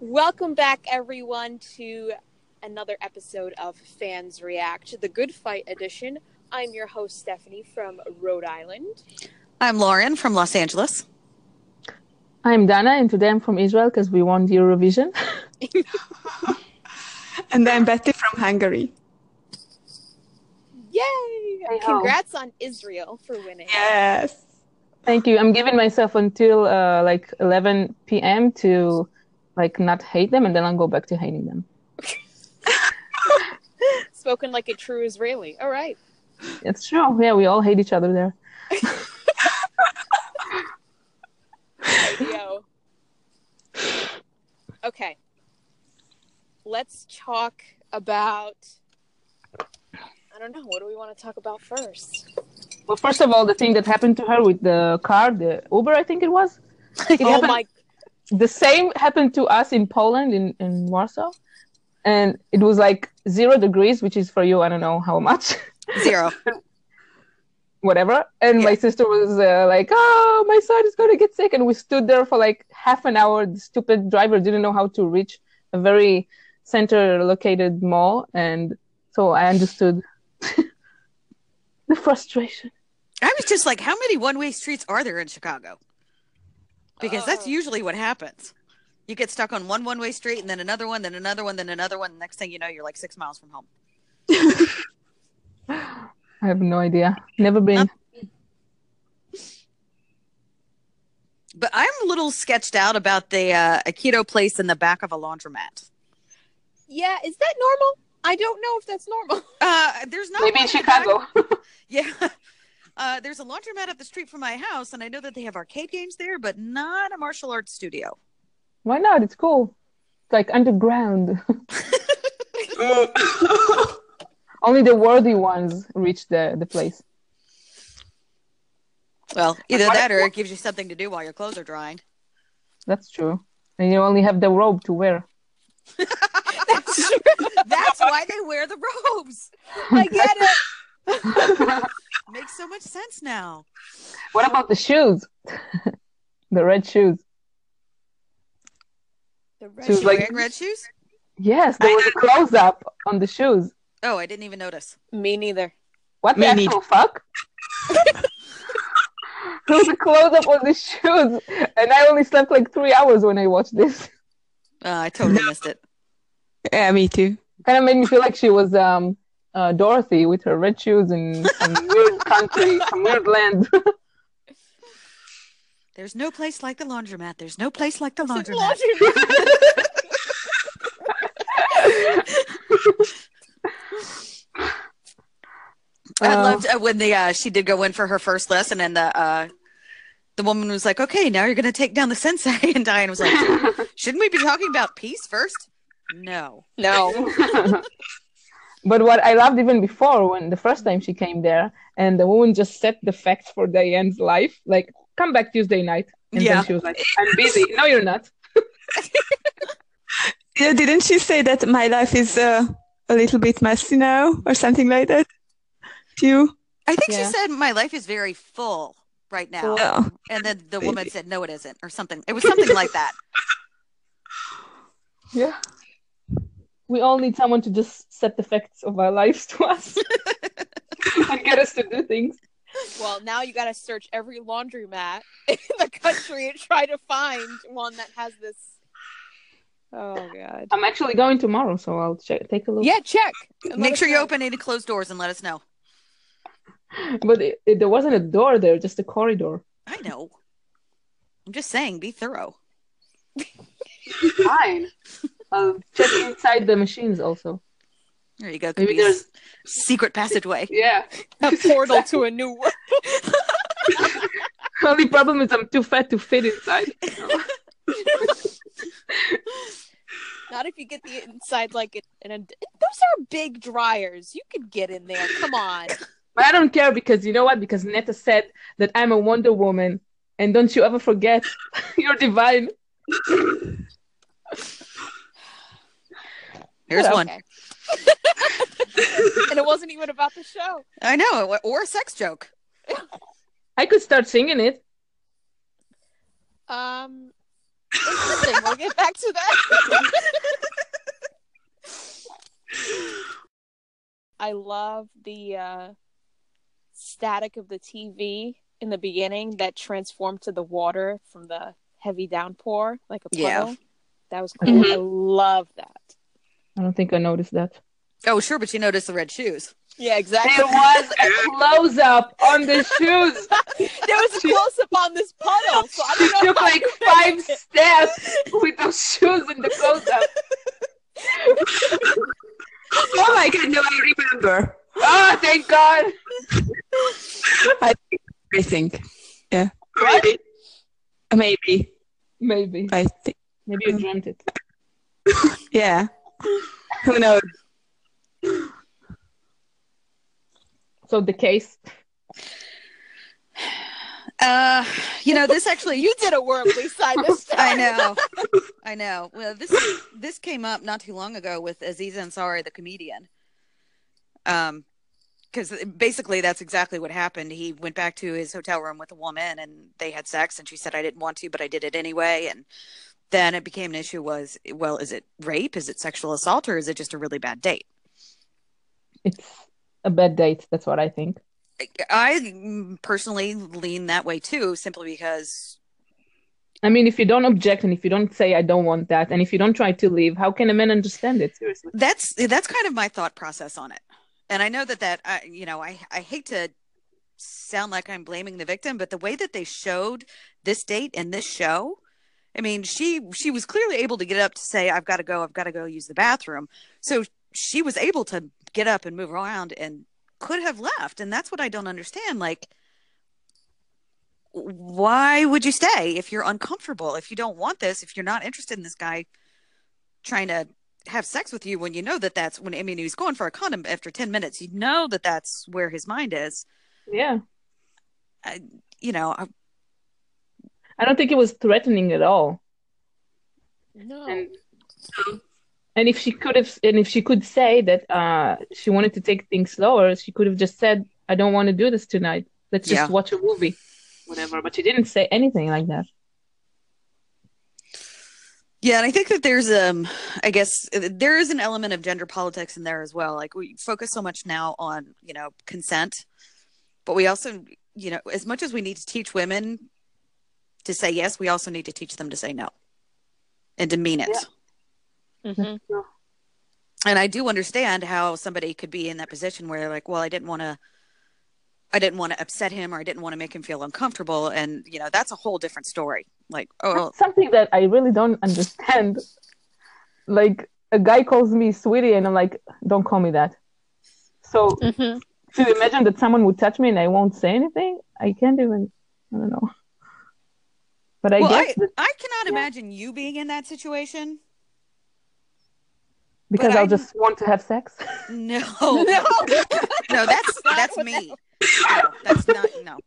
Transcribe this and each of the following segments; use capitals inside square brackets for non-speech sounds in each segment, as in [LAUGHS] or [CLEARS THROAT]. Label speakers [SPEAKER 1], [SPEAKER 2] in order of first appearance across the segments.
[SPEAKER 1] Welcome back, everyone, to another episode of Fans React, the Good Fight edition. I'm your host, Stephanie from Rhode Island.
[SPEAKER 2] I'm Lauren from Los Angeles.
[SPEAKER 3] I'm Dana, and today I'm from Israel because we won the Eurovision. [LAUGHS]
[SPEAKER 4] And I'm Betty from Hungary.
[SPEAKER 1] Yay!
[SPEAKER 3] Hey-ho.
[SPEAKER 1] Congrats on Israel for winning.
[SPEAKER 4] Yes.
[SPEAKER 3] Thank you. I'm giving myself until uh, like 11 p.m. to like not hate them, and then I'll go back to hating them.
[SPEAKER 1] Spoken like a true Israeli. All right.
[SPEAKER 3] It's true. Yeah, we all hate each other there.
[SPEAKER 1] Yo. Okay. Let's talk about. I don't know. What do we want to talk about first?
[SPEAKER 3] Well, first of all, the thing that happened to her with the car, the Uber, I think it was.
[SPEAKER 1] [LAUGHS]
[SPEAKER 3] It
[SPEAKER 1] oh
[SPEAKER 3] happened-
[SPEAKER 1] my.
[SPEAKER 3] the same happened to us in Poland in, in Warsaw, and it was like zero degrees, which is for you I don't know how much,
[SPEAKER 2] Zero.
[SPEAKER 3] whatever. And my sister was uh, like, "Oh, my son is gonna get sick," and we stood there for like half an hour. The stupid driver didn't know how to reach a very center located mall, and so I understood [LAUGHS] the frustration.
[SPEAKER 2] I was just like, how many one way streets are there in Chicago? Because that's
[SPEAKER 1] Oh.
[SPEAKER 2] usually what happens. You get stuck on one one way street and then another one, then another one, then another one. Next thing you know, you're like six miles from home.
[SPEAKER 3] I have no idea. Never been.
[SPEAKER 2] But I'm a little sketched out about the uh, Aikido place in the back of a laundromat.
[SPEAKER 1] Yeah, is that normal? I don't know if that's normal.
[SPEAKER 2] Uh, there's not
[SPEAKER 3] Maybe
[SPEAKER 2] one
[SPEAKER 3] in
[SPEAKER 2] the back- [LAUGHS]
[SPEAKER 3] Chicago.
[SPEAKER 2] Yeah. Uh, there's a laundromat up the street from my house, and I know that they have arcade games there, but not a martial arts studio.
[SPEAKER 3] Why not? It's cool. It's like underground. Only the worthy ones reach the, the place.
[SPEAKER 2] Well, either that or it gives you something to do while your clothes are drying.
[SPEAKER 3] That's true. And you only have the robe to wear.
[SPEAKER 2] That's why they wear the robes.
[SPEAKER 1] I get it.
[SPEAKER 2] [LAUGHS] Makes so much sense now.
[SPEAKER 3] What about the shoes? [LAUGHS] the red shoes.
[SPEAKER 1] The
[SPEAKER 3] She was
[SPEAKER 2] She
[SPEAKER 3] like-
[SPEAKER 2] wearing red shoes?
[SPEAKER 3] Yes, there was a close up on the shoes.
[SPEAKER 2] Oh, I didn't even notice.
[SPEAKER 1] Me neither.
[SPEAKER 3] What the
[SPEAKER 4] Me
[SPEAKER 3] actual
[SPEAKER 2] [LAUGHS]
[SPEAKER 3] fuck? there was a close up on the shoes. And I only slept like three hours when I watched this.
[SPEAKER 2] Uh, I totally missed it.
[SPEAKER 4] Yeah, me too.
[SPEAKER 3] Kind of made me feel like she was um, uh, Dorothy with her red shoes in some weird country, some weird land. [LAUGHS]
[SPEAKER 2] There's no place like the laundromat. There's no place like the laundromat.
[SPEAKER 1] [LAUGHS]
[SPEAKER 2] I
[SPEAKER 3] Uh,
[SPEAKER 2] loved uh, when the uh, she did go in for her first lesson, and the uh, the woman was like, "Okay, now you're going to take down the sensei," [LAUGHS] and Diane was like,
[SPEAKER 3] [LAUGHS]
[SPEAKER 2] "Shouldn't we be talking about peace first? No.
[SPEAKER 1] No.
[SPEAKER 3] [LAUGHS] but what I loved even before, when the first time she came there, and the woman just set the facts for Diane's life, like come back Tuesday night, and
[SPEAKER 2] Yeah.
[SPEAKER 3] then she was like, "I'm busy." No, you're not.
[SPEAKER 4] Yeah, didn't she say that my life is uh, a little bit messy now or something like that? To you?
[SPEAKER 2] I think she
[SPEAKER 3] Yeah.
[SPEAKER 2] said my life is very full right now,
[SPEAKER 1] Full.
[SPEAKER 4] Oh.
[SPEAKER 2] and then the woman said, "No, it isn't," or something. It was something like that.
[SPEAKER 3] Yeah. We all need someone to just set the facts of our lives to [LAUGHS] us and get us to do things.
[SPEAKER 1] Well, now you got to search every laundromat [LAUGHS] in the country and try to find one that has this. Oh god.
[SPEAKER 3] I'm actually going tomorrow, so I'll check, take a look.
[SPEAKER 1] Yeah, check. and let
[SPEAKER 2] Make
[SPEAKER 1] us
[SPEAKER 2] sure you
[SPEAKER 1] know.
[SPEAKER 2] open any closed doors and let us know.
[SPEAKER 3] But it, it- there wasn't a door there, just a corridor.
[SPEAKER 2] I know. I'm just saying, be thorough.
[SPEAKER 3] Fine. I'll check inside the machines also.
[SPEAKER 2] There you go. Could
[SPEAKER 3] Maybe
[SPEAKER 2] be a
[SPEAKER 3] there's
[SPEAKER 2] secret
[SPEAKER 3] [LAUGHS]
[SPEAKER 2] passageway.
[SPEAKER 3] yeah.
[SPEAKER 1] a portal to a new world.
[SPEAKER 3] Only problem is I'm too fat to fit inside.
[SPEAKER 1] Not if you get the inside like an. an those are big dryers. You could get in there. Come on.
[SPEAKER 3] But I don't care because you know what? Because Netta said that I'm a Wonder Woman, and don't you ever forget, [LAUGHS] you're divine.
[SPEAKER 2] Here's
[SPEAKER 3] Okay.
[SPEAKER 2] one.
[SPEAKER 1] Okay. and it wasn't even about the show.
[SPEAKER 2] I know, or a sex joke.
[SPEAKER 3] I could start singing it.
[SPEAKER 1] Um, interesting. we'll get back to that. I love the uh, static of the TV in the beginning that transformed to the water from the heavy downpour, like a puddle.
[SPEAKER 2] Yeah.
[SPEAKER 1] That was cool.
[SPEAKER 3] Mm-hmm.
[SPEAKER 1] I love that.
[SPEAKER 3] I don't think I noticed that.
[SPEAKER 2] Oh, sure, but you noticed the red shoes.
[SPEAKER 1] Yeah,
[SPEAKER 3] There
[SPEAKER 1] exactly.
[SPEAKER 3] was a close up on the shoes.
[SPEAKER 1] there was a close up on this puddle, so I
[SPEAKER 3] She
[SPEAKER 1] don't know.
[SPEAKER 3] [LAUGHS] took like five steps with those shoes in the close up.
[SPEAKER 4] Oh my god, no, I remember
[SPEAKER 3] Oh, thank God.
[SPEAKER 4] everything. Yeah. Maybe. Maybe.
[SPEAKER 3] Maybe.
[SPEAKER 4] I think.
[SPEAKER 3] Maybe you dreamt it.
[SPEAKER 4] Yeah. Who knows?
[SPEAKER 3] So the case.
[SPEAKER 2] Uh, you know, this actually
[SPEAKER 1] You did a Wormley side this time.
[SPEAKER 2] I know. I know. Well, this this came up not too long ago with Aziz Ansari, the comedian. Um, because basically that's exactly what happened. He went back to his hotel room with a woman, and they had sex, and she said, "I didn't want to, but I did it anyway." And then it became an issue: was well, is it rape? Is it sexual assault, or is it just a really bad date?
[SPEAKER 3] It's a bad date. That's what I think.
[SPEAKER 2] I personally lean that way too, simply because
[SPEAKER 3] I mean, if you don't object and if you don't say, I don't want that, and if you don't try to leave, how can a man understand it? Seriously.
[SPEAKER 2] that's that's kind of my thought process on it and i know that that I, you know i i hate to sound like i'm blaming the victim but the way that they showed this date in this show i mean she she was clearly able to get up to say i've got to go i've got to go use the bathroom so she was able to get up and move around and could have left and that's what i don't understand like why would you stay if you're uncomfortable if you don't want this if you're not interested in this guy trying to have sex with you when you know that that's when I mean he was going for a condom after 10 minutes you know that that's where his mind is
[SPEAKER 3] Yeah.
[SPEAKER 2] you know I,
[SPEAKER 3] I don't think it was threatening at all.
[SPEAKER 1] No.
[SPEAKER 3] And and if she could have, and if she could say that uh, she wanted to take things slower, she could have just said, "I don't want to do this tonight. Let's just
[SPEAKER 2] Yeah.
[SPEAKER 3] watch a movie, whatever." But she didn't say anything like that.
[SPEAKER 2] yeah and I think that there's um I guess uh, there is an element of gender politics in there as well like we focus so much now on you know consent but we also you know as much as we need to teach women to say yes we also need to teach them to say no and to mean it
[SPEAKER 3] Yeah.
[SPEAKER 1] Mhm.
[SPEAKER 2] and I do understand how somebody could be in that position where they're like, well, I didn't want to, I didn't want to upset him, or I didn't want to make him feel uncomfortable, and you know that's a whole different story. Like, oh,
[SPEAKER 3] That's something that I really don't understand. Like a guy calls me sweetie, and I'm like, "Don't call me that." So
[SPEAKER 1] Mhm.
[SPEAKER 3] to imagine that someone would touch me and I won't say anything, I can't even. I don't know. But I
[SPEAKER 2] well,
[SPEAKER 3] guess
[SPEAKER 2] I,
[SPEAKER 3] that-
[SPEAKER 2] I cannot
[SPEAKER 3] yeah.
[SPEAKER 2] imagine you being in that
[SPEAKER 3] [LAUGHS]
[SPEAKER 2] situation.
[SPEAKER 3] because I'll
[SPEAKER 2] I'm-
[SPEAKER 3] just want to have sex.
[SPEAKER 2] No,
[SPEAKER 1] No.
[SPEAKER 2] [LAUGHS] no, that's
[SPEAKER 1] not
[SPEAKER 2] that's
[SPEAKER 1] what
[SPEAKER 2] me. No, that's not no.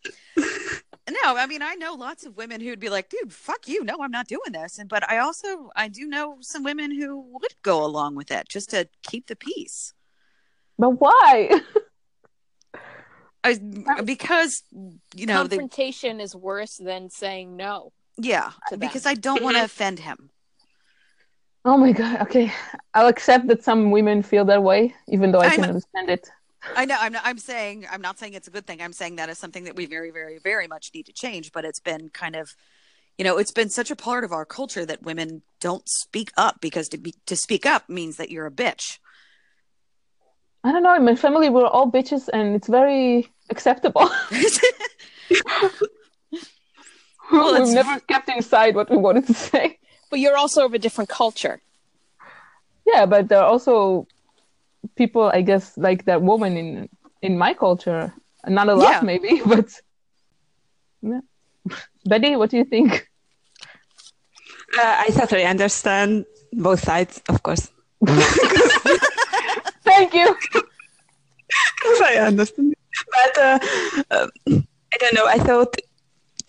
[SPEAKER 2] No, I mean I know lots of women who would be like, "Dude, fuck you! No, I'm not doing this." And but I also I do know some women who would go along with it just to keep the peace.
[SPEAKER 3] But why?
[SPEAKER 2] I, because you know they,
[SPEAKER 1] Confrontation is worse than saying no.
[SPEAKER 2] yeah
[SPEAKER 1] to them.
[SPEAKER 2] because i don't want to offend him
[SPEAKER 3] Oh my god. Okay, I'll accept that some women feel that way, even though I
[SPEAKER 2] I'm-
[SPEAKER 3] can understand it.
[SPEAKER 2] i know i'm not i'm saying i'm not saying it's a good thing i'm saying that is something that we very very very much need to change but it's been kind of you know it's been such a part of our culture that women don't speak up because to be to speak up means that you're a bitch [LAUGHS]
[SPEAKER 3] I don't know. In my family, we're all bitches, and it's very acceptable. [LAUGHS]
[SPEAKER 2] Well,
[SPEAKER 3] We've
[SPEAKER 2] it's-
[SPEAKER 3] never kept inside what we wanted to say.
[SPEAKER 1] But you're also of a different culture. [LAUGHS]
[SPEAKER 3] Yeah, but there are also people, I guess, like that woman in in my culture. Not a lot,
[SPEAKER 2] Yeah.
[SPEAKER 3] maybe, [LAUGHS] but yeah. Betty, what do you think?
[SPEAKER 4] Uh, I totally understand both sides, of course.
[SPEAKER 3] Thank you.
[SPEAKER 4] [LAUGHS] I understand. But uh, uh, I don't know. I thought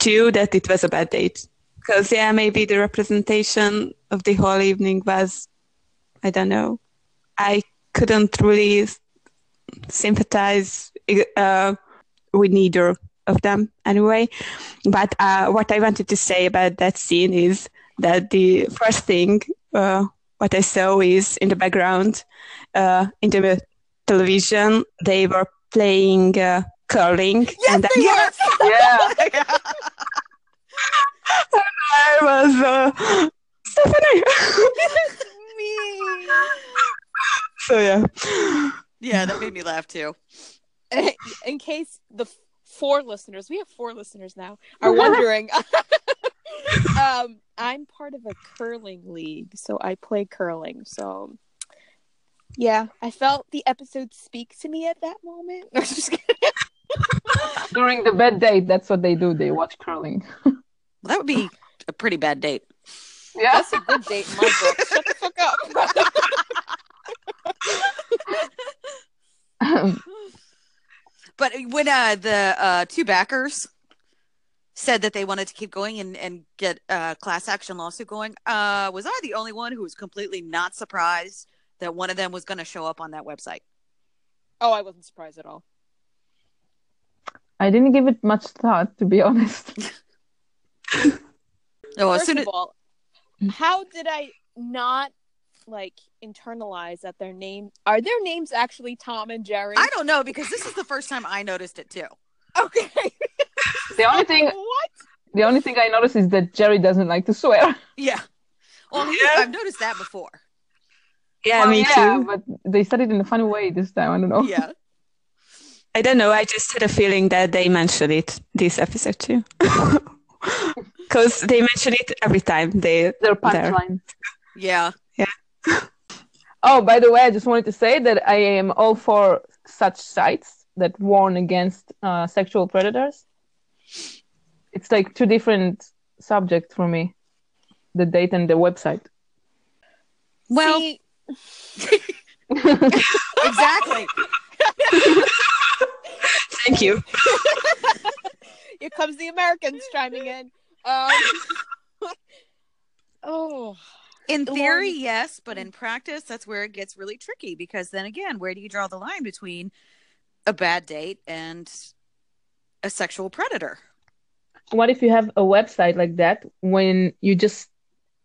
[SPEAKER 4] too that it was a bad date because yeah, maybe the representation of the whole evening was, I don't know. I couldn't really sympathize uh, with neither of them anyway. But uh, what I wanted to say about that scene is that the first thing uh, what I saw is in the background, uh, in the television, they were playing uh, curling, and I,
[SPEAKER 2] [LAUGHS]
[SPEAKER 3] Yeah.
[SPEAKER 4] I was uh, Stephanie.
[SPEAKER 2] Me.
[SPEAKER 4] [LAUGHS] so yeah,
[SPEAKER 2] Yeah, that made me laugh too.
[SPEAKER 1] in case the f- four listeners, we have four listeners now, are wondering. [LAUGHS] um, I'm part of a curling league, so I play curling. So, yeah, I felt the episode speak to me at that moment. [LAUGHS] No, I'm just kidding.
[SPEAKER 3] [LAUGHS] During the bad date, that's what they do. They watch curling.
[SPEAKER 2] Well, that would be a pretty bad date.
[SPEAKER 3] Yeah.
[SPEAKER 1] That's a good date, in my book. Shut the fuck up.
[SPEAKER 2] But when uh, the uh, two backers said that they wanted to keep going and, and get a class action lawsuit going, uh, was I the only one who was completely not surprised that one of them was going to show up on that website?
[SPEAKER 1] [LAUGHS] oh, I wasn't surprised at all.
[SPEAKER 3] [LAUGHS] I didn't give it much thought, to be honest.
[SPEAKER 2] No, Oh, as
[SPEAKER 1] First
[SPEAKER 2] soon
[SPEAKER 1] of
[SPEAKER 2] as
[SPEAKER 1] all, how did I not like internalize that their name are their names actually Tom and Jerry?
[SPEAKER 2] I don't know because this is the first time I noticed it too.
[SPEAKER 1] okay.
[SPEAKER 3] The only thing,
[SPEAKER 1] what?
[SPEAKER 3] the only thing I noticed is that Jerry doesn't like to swear.
[SPEAKER 2] Yeah. Well, he-
[SPEAKER 4] Yeah.
[SPEAKER 2] I've noticed that before.
[SPEAKER 4] yeah,
[SPEAKER 3] Well,
[SPEAKER 4] me
[SPEAKER 3] Oh, yeah,
[SPEAKER 4] too.
[SPEAKER 3] But they said it in a funny way this time. I don't
[SPEAKER 1] Oh.
[SPEAKER 3] know.
[SPEAKER 2] Yeah.
[SPEAKER 4] I don't know. I just had a feeling that they mentioned it this episode too, [LAUGHS] because they mention it every time they
[SPEAKER 3] Their
[SPEAKER 4] there.
[SPEAKER 3] punchline.
[SPEAKER 2] Yeah.
[SPEAKER 3] Oh, by the way, I just wanted to say that I am all for such sites that warn against uh, sexual predators. It's like two different subjects for me the date and the website.
[SPEAKER 2] Well,
[SPEAKER 1] See,
[SPEAKER 2] exactly.
[SPEAKER 4] Thank you.
[SPEAKER 1] here comes the Americans chiming in. Um, [LAUGHS] oh,
[SPEAKER 2] In
[SPEAKER 1] The
[SPEAKER 2] theory,
[SPEAKER 1] one-
[SPEAKER 2] yes, but in practice, that's where it gets really tricky because then again, where do you draw the line between a bad date and a sexual predator?
[SPEAKER 3] What if you have a website like that when you just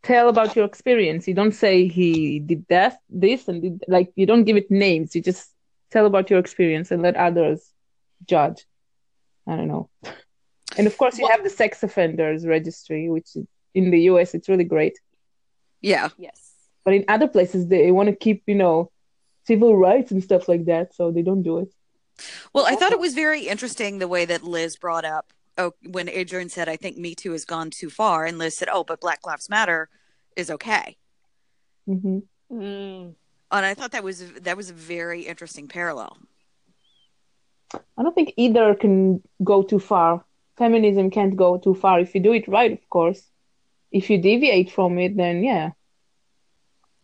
[SPEAKER 3] tell about your experience? You don't say he did that, this, and did, like you don't give it names. You just tell about your experience and let others judge. I don't know. And of course, you
[SPEAKER 1] Well-
[SPEAKER 3] have the sex offenders registry, which is, in the US it's really great.
[SPEAKER 2] Yeah.
[SPEAKER 1] yes.
[SPEAKER 3] But in other places, they want to keep, you know, civil rights and stuff like that, so they don't do it.
[SPEAKER 2] Well, I thought it was very interesting the way that Liz brought up oh, when Adrian said, I think Me Too has gone too far. And Liz said, Oh, but Black Lives Matter is okay.
[SPEAKER 3] hmm
[SPEAKER 1] Mm.
[SPEAKER 2] And I thought that was that was a very interesting parallel.
[SPEAKER 3] I don't think either can go too far. Feminism can't go too far if you do it right, of course. If you deviate from it, then yeah.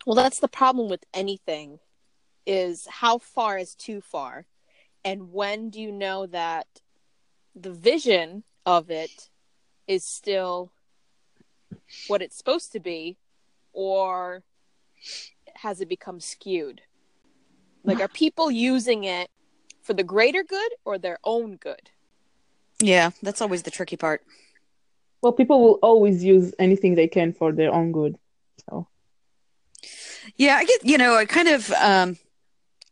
[SPEAKER 1] Well, that's the problem with anything is how far is too far? And when do you know that the vision of it is still what it's supposed to be or has it become skewed? Like are people using it for the greater good or their own good?
[SPEAKER 2] Yeah, that's always the tricky part.
[SPEAKER 3] Well, people will always use anything they can for their own good.
[SPEAKER 2] Yeah, I guess you know, I kind of um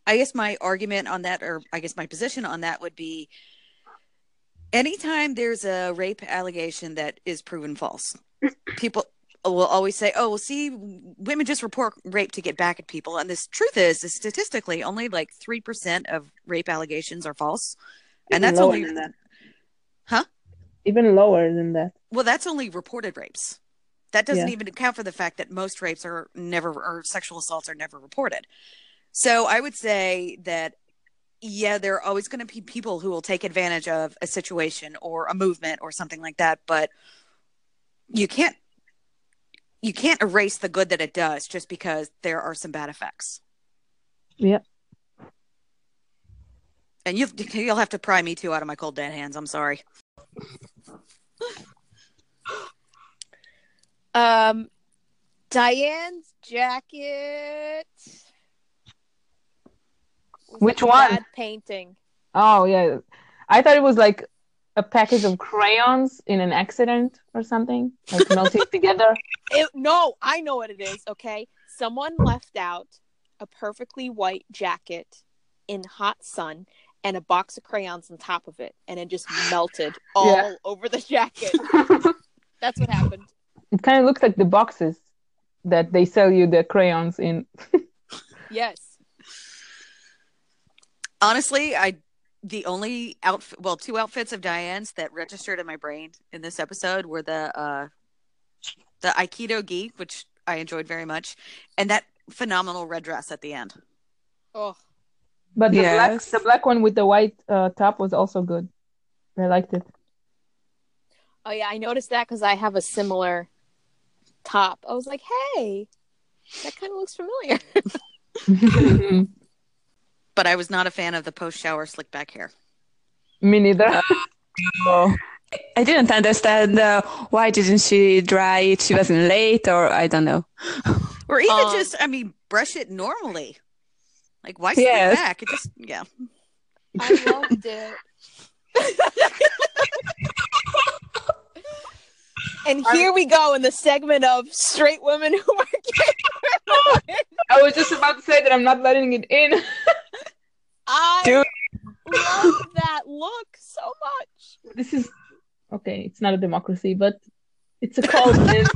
[SPEAKER 2] I guess my argument on that or I guess my position on that would be anytime there's a rape allegation that is proven false, people will always say, "Oh, well, see, women just report rape to get back at people." And this truth is, is statistically only like 3% of rape allegations are false. And
[SPEAKER 3] Even
[SPEAKER 2] that's
[SPEAKER 3] lower
[SPEAKER 2] only
[SPEAKER 3] than that.
[SPEAKER 2] Huh?
[SPEAKER 3] Even lower than that.
[SPEAKER 2] Well, that's only reported rapes. That doesn't
[SPEAKER 3] Yeah.
[SPEAKER 2] even account for the fact that most rapes are never or sexual assaults are never reported. So I would say that yeah, there are always going to be people who will take advantage of a situation or a movement or something like that, but you can't you can't erase the good that it does just because there are some bad effects.
[SPEAKER 3] Yep.
[SPEAKER 2] And you [LAUGHS] you'll have to pry me too out of my cold dead hands. I'm sorry.
[SPEAKER 1] Um Diane's jacket. was
[SPEAKER 3] Which
[SPEAKER 1] a
[SPEAKER 3] one?
[SPEAKER 1] Bad painting.
[SPEAKER 3] Oh, yeah. I thought it was like a package of crayons in an accident or something,
[SPEAKER 2] [LAUGHS]
[SPEAKER 3] like melting together.
[SPEAKER 1] It, no, I know what it is. Okay, someone left out a perfectly white jacket in hot sun and a box of crayons on top of it, and it just
[SPEAKER 3] [SIGHS]
[SPEAKER 1] melted all
[SPEAKER 3] Yeah.
[SPEAKER 1] over the jacket.
[SPEAKER 3] [LAUGHS] it
[SPEAKER 1] That's what happened.
[SPEAKER 3] kind of looks like the boxes that they sell you the crayons in.
[SPEAKER 1] Yes.
[SPEAKER 2] Honestly, I the only outfit, well, two outfits of Diane's that registered in my brain in this episode were the uh the Aikido gi, which I enjoyed very much, and that phenomenal red dress at the end.
[SPEAKER 1] Oh,
[SPEAKER 3] But the black,
[SPEAKER 4] Yes.
[SPEAKER 3] the black one with the white uh, top was also good. I liked it.
[SPEAKER 1] oh yeah. I noticed that because I have a similar top. I was like, hey, that kind of looks familiar.
[SPEAKER 2] But I was not a fan of the post shower slick back hair.
[SPEAKER 3] Me neither. [LAUGHS]
[SPEAKER 4] Oh. I didn't understand uh, why didn't she dry it? She wasn't late, or I don't know.
[SPEAKER 2] Or even
[SPEAKER 1] Um,
[SPEAKER 2] just, I mean, brush it normally. Like why slick
[SPEAKER 4] Yes.
[SPEAKER 2] back? It just yeah.
[SPEAKER 1] I [LAUGHS] loved it. and here we go in the segment of straight women who are gay.
[SPEAKER 3] I was just about to say that I'm not letting it in. [LAUGHS]
[SPEAKER 1] I
[SPEAKER 4] Dude.
[SPEAKER 1] love that look so much.
[SPEAKER 3] This is okay. It's not a democracy, but it's a cult. and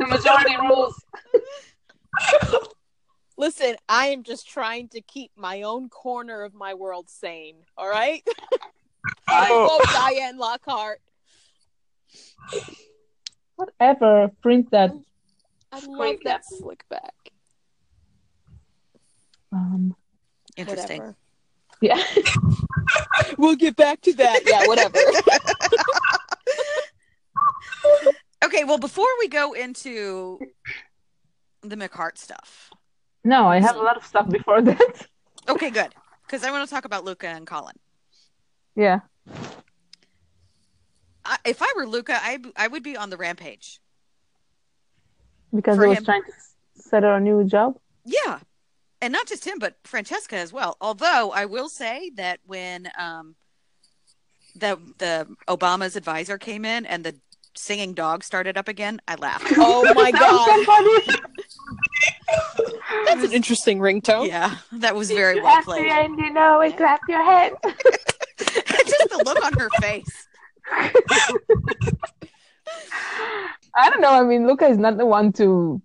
[SPEAKER 3] the majority rules.
[SPEAKER 1] Listen, I am just trying to keep my own corner of my world sane. All right. I
[SPEAKER 4] Oh.
[SPEAKER 1] love Diane Lockhart.
[SPEAKER 3] Whatever. Print that.
[SPEAKER 1] I love
[SPEAKER 3] Great
[SPEAKER 1] that
[SPEAKER 3] captain.
[SPEAKER 1] slick back.
[SPEAKER 3] Um,
[SPEAKER 2] Interesting.
[SPEAKER 1] Whatever.
[SPEAKER 3] yeah. [LAUGHS]
[SPEAKER 1] We'll get back to that. Yeah, [LAUGHS] whatever.
[SPEAKER 2] Okay, well, before we go into the McHart stuff,
[SPEAKER 3] No, I have a lot of stuff before that. [LAUGHS]
[SPEAKER 2] okay, good, because I want to talk about Luca and Colin.
[SPEAKER 3] Yeah.
[SPEAKER 2] I, if I were Luca, I I would be on the rampage.
[SPEAKER 3] Because
[SPEAKER 2] For
[SPEAKER 3] I was
[SPEAKER 2] him.
[SPEAKER 3] trying to s- set her a new job.
[SPEAKER 2] Yeah, and not just him, but Francesca as well. Although I will say that when um the the Obama's advisor came in and the singing dog started up again, I laughed.
[SPEAKER 1] Oh my god.
[SPEAKER 3] Somebody
[SPEAKER 1] That's an interesting ringtone.
[SPEAKER 2] Yeah, that was very well
[SPEAKER 3] happy
[SPEAKER 2] played.
[SPEAKER 3] and you know it, clap your hands.
[SPEAKER 2] [LAUGHS] just the look on her face.
[SPEAKER 3] I don't know. I mean, Luca is not the one to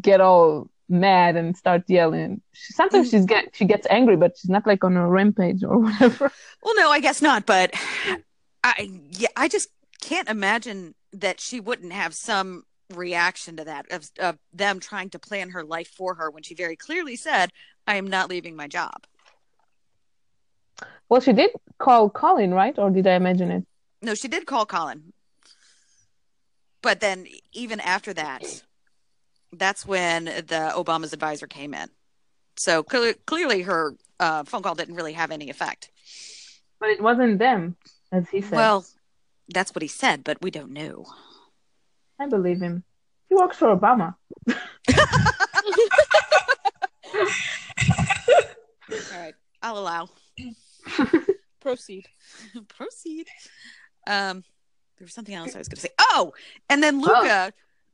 [SPEAKER 3] get all mad and start yelling. She, sometimes
[SPEAKER 2] Mm.
[SPEAKER 3] she's get she gets angry, but she's not like on a rampage or [LAUGHS] whatever.
[SPEAKER 2] Well, no, I guess not, but I yeah, I just can't imagine that she wouldn't have some reaction to that of, of them trying to plan her life for her when she very clearly said, "I am not leaving my job."
[SPEAKER 3] Well, she did call Colin, right? Or did I imagine it?
[SPEAKER 2] No, she did call Colin. But then even after that, that's when the Obama's advisor came in. So clear, clearly her uh, phone call didn't really have any effect.
[SPEAKER 3] But it wasn't them, as he said.
[SPEAKER 2] Well, that's what he said, but we don't know.
[SPEAKER 3] I believe him. He works for Obama.
[SPEAKER 2] All right, I'll allow.
[SPEAKER 1] Proceed.
[SPEAKER 2] [LAUGHS] proceed. Um, there was something else I was going to say. Oh, and then Luca,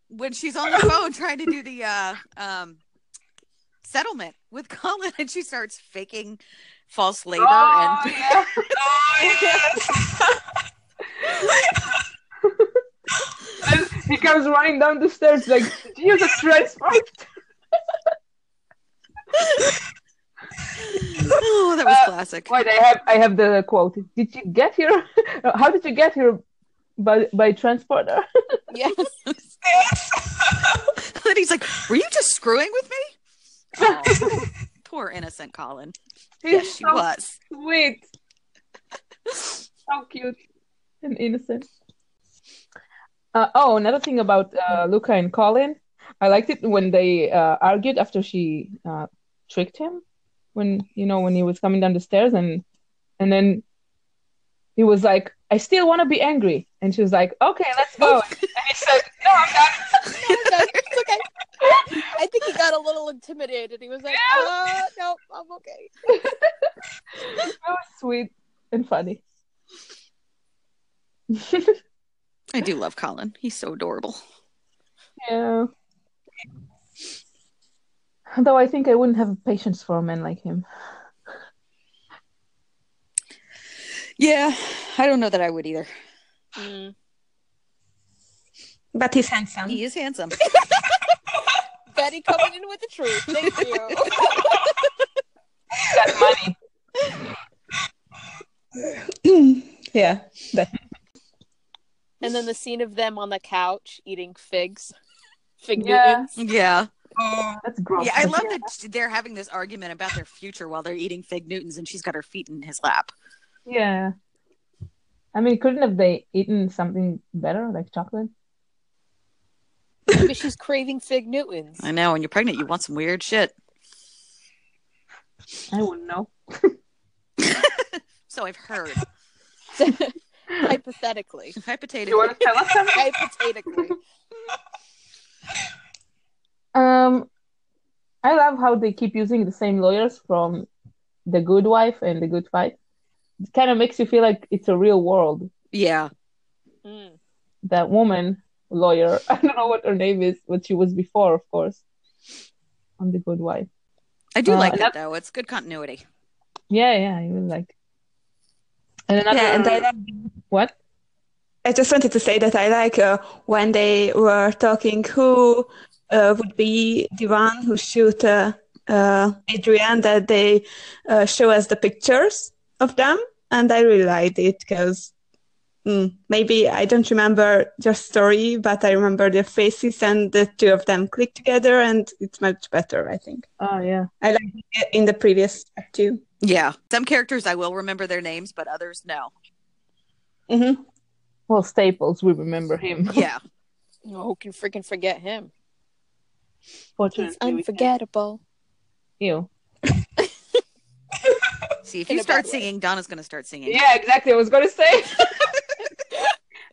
[SPEAKER 2] when she's on [LAUGHS] the phone trying to do the uh, um, settlement with [LAUGHS] Colin, and she starts faking false labor, and
[SPEAKER 3] yeah. [LAUGHS] he comes running down the stairs like, Jesus Christ,
[SPEAKER 2] [LAUGHS] oh, that was
[SPEAKER 3] Uh,
[SPEAKER 2] classic.
[SPEAKER 3] Wait, I have I have the quote. Did you get here? [LAUGHS] How did you get here? By by transporter. [LAUGHS]
[SPEAKER 1] [LAUGHS] Yes.
[SPEAKER 2] [LAUGHS] and he's like, "Were you just screwing with me?"
[SPEAKER 1] [LAUGHS]
[SPEAKER 2] Oh, poor innocent Colin. Yes, she
[SPEAKER 3] so
[SPEAKER 2] was.
[SPEAKER 3] sweet, so cute and innocent. Uh, oh, another thing about uh, Luca and Colin, I liked it when they uh, argued after she uh, tricked him, when you know when he was coming down the stairs and and then he was like, "I still want to be angry," and she was like, "Okay, let's go." and he said, "No, I'm not."
[SPEAKER 1] No, no, it's okay. I think he got a little intimidated. He was like, uh, no, I'm okay.
[SPEAKER 3] That was sweet and funny.
[SPEAKER 2] I do love Colin. He's so adorable.
[SPEAKER 3] yeah. Though I think I wouldn't have patience for a man like him.
[SPEAKER 2] Yeah, I don't know that I would either.
[SPEAKER 1] Mm.
[SPEAKER 4] But he's handsome.
[SPEAKER 2] He is [LAUGHS] handsome.
[SPEAKER 1] Betty coming in with the truth. Thank you.
[SPEAKER 3] Got money.
[SPEAKER 4] yeah.
[SPEAKER 1] [LAUGHS] and then the scene of them on the couch eating figs. Fig
[SPEAKER 3] Yeah.
[SPEAKER 1] [LAUGHS] Newtons.
[SPEAKER 2] yeah.
[SPEAKER 4] "Oh,
[SPEAKER 3] That's gross.
[SPEAKER 2] Yeah, I love that they're having this argument about their future while they're eating fig Newtons and she's got her feet in his lap.
[SPEAKER 3] Yeah. I mean, couldn't have they eaten something better, like chocolate?
[SPEAKER 1] Maybe she's craving fig Newtons.
[SPEAKER 2] I know. When you're pregnant, you want some weird shit.
[SPEAKER 3] I wouldn't know.
[SPEAKER 2] So I've [LAUGHS] heard.
[SPEAKER 1] [LAUGHS] Hypothetically.
[SPEAKER 2] Hypothetically.
[SPEAKER 3] You want to tell us something?
[SPEAKER 1] Hypothetically.
[SPEAKER 3] [LAUGHS] Um, I love how they keep using the same lawyers from The Good Wife and The Good Fight. It kind of makes you feel like it's a real world.
[SPEAKER 2] Yeah.
[SPEAKER 1] Mm.
[SPEAKER 3] That woman lawyer, [LAUGHS] I don't know what her name is, what she was before, of course, on The Good Wife.
[SPEAKER 2] I do
[SPEAKER 3] Uh,
[SPEAKER 2] like
[SPEAKER 3] and
[SPEAKER 2] that, though. It's good continuity.
[SPEAKER 3] Yeah, yeah, you will like. And another,
[SPEAKER 4] Yeah, and I like
[SPEAKER 3] what?
[SPEAKER 4] I just wanted to say that I like uh, when they were talking who uh, would be the one who shoot uh, uh, Adrian that they uh, show us the pictures of them, and I really liked it because maybe I don't remember their story, but I remember their faces, and the two of them click together, and it's much better, I think.
[SPEAKER 3] Oh, yeah.
[SPEAKER 4] I like it in the previous two.
[SPEAKER 2] Yeah. Some characters I will remember their names, but others no.
[SPEAKER 4] Mm-hmm.
[SPEAKER 3] Well, Staples, we remember him.
[SPEAKER 2] Yeah.
[SPEAKER 1] No, Oh, who can freaking forget him? He's
[SPEAKER 3] Fortunately, we can't.
[SPEAKER 1] [LAUGHS] unforgettable.
[SPEAKER 3] Ew.
[SPEAKER 2] See, if
[SPEAKER 1] In
[SPEAKER 2] you
[SPEAKER 1] a bad
[SPEAKER 2] start
[SPEAKER 1] way.
[SPEAKER 2] singing, Donna's going to start singing.
[SPEAKER 3] Yeah, exactly. I was gonna say. [LAUGHS]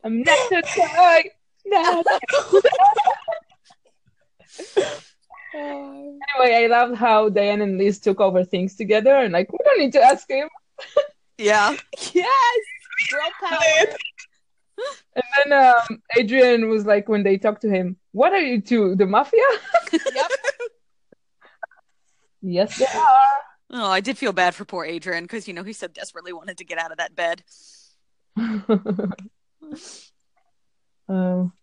[SPEAKER 3] I'm not to die. No.
[SPEAKER 1] Oh.
[SPEAKER 3] Anyway, I loved how Diane and Liz took over things together, and like we don't need to ask him.
[SPEAKER 2] Yeah.
[SPEAKER 1] Yes! Girl power.
[SPEAKER 3] And then um, Adrian was like, when they talked to him, "What are you two, the mafia?"
[SPEAKER 1] [LAUGHS] yep.
[SPEAKER 3] yes, they are.
[SPEAKER 2] Oh, I did feel bad for poor Adrian because, you know, he so desperately wanted to get out of that bed.
[SPEAKER 3] [LAUGHS] um,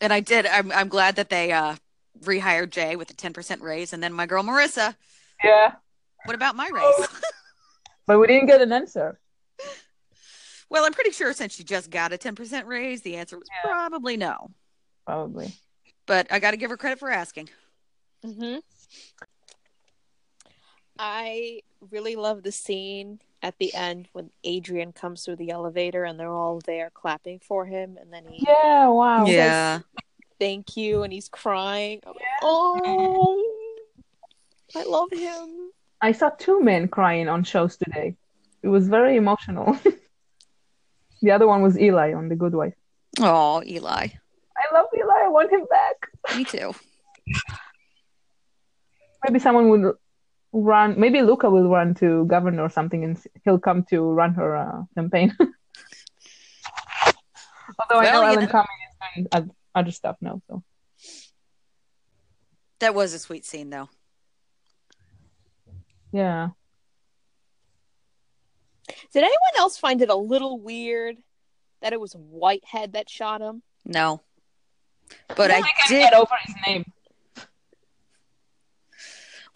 [SPEAKER 2] And I did. I'm, I'm glad that they uh, rehired Jay with a 10% raise. And then my girl, Marissa,
[SPEAKER 3] yeah,
[SPEAKER 2] what about my raise?
[SPEAKER 3] but we didn't get an answer.
[SPEAKER 2] Well, I'm pretty sure since she just got a 10% raise, the answer was
[SPEAKER 3] Yeah.
[SPEAKER 2] probably no.
[SPEAKER 3] Probably.
[SPEAKER 2] But I got to give her credit for asking.
[SPEAKER 1] hmm I really love the scene at the end when Adrian comes through the elevator and they're all there clapping for him, and then he
[SPEAKER 3] Yeah.
[SPEAKER 2] Oh,
[SPEAKER 3] Wow.
[SPEAKER 1] Yeah. thank you and he's crying. I'm like, oh, I love him.
[SPEAKER 3] I saw two men crying on shows today. It was very emotional. [LAUGHS] the other one was Eli on The Good Wife.
[SPEAKER 2] Oh, Eli.
[SPEAKER 3] I love Eli. I want him
[SPEAKER 2] [LAUGHS]
[SPEAKER 3] back.
[SPEAKER 2] Me too.
[SPEAKER 3] Maybe someone would run. Maybe Luca will run to governor or something, and he'll come to run her uh, campaign. [LAUGHS] Although I
[SPEAKER 2] Well,
[SPEAKER 3] know
[SPEAKER 2] you
[SPEAKER 3] Alan
[SPEAKER 2] know-
[SPEAKER 3] Cumming is doing oth- other stuff now. So
[SPEAKER 2] That was a sweet scene, though.
[SPEAKER 3] yeah,
[SPEAKER 1] Did anyone else find it a little weird that it was Whitehead that shot him?
[SPEAKER 2] No. But I
[SPEAKER 3] can
[SPEAKER 2] did.
[SPEAKER 3] get over his name.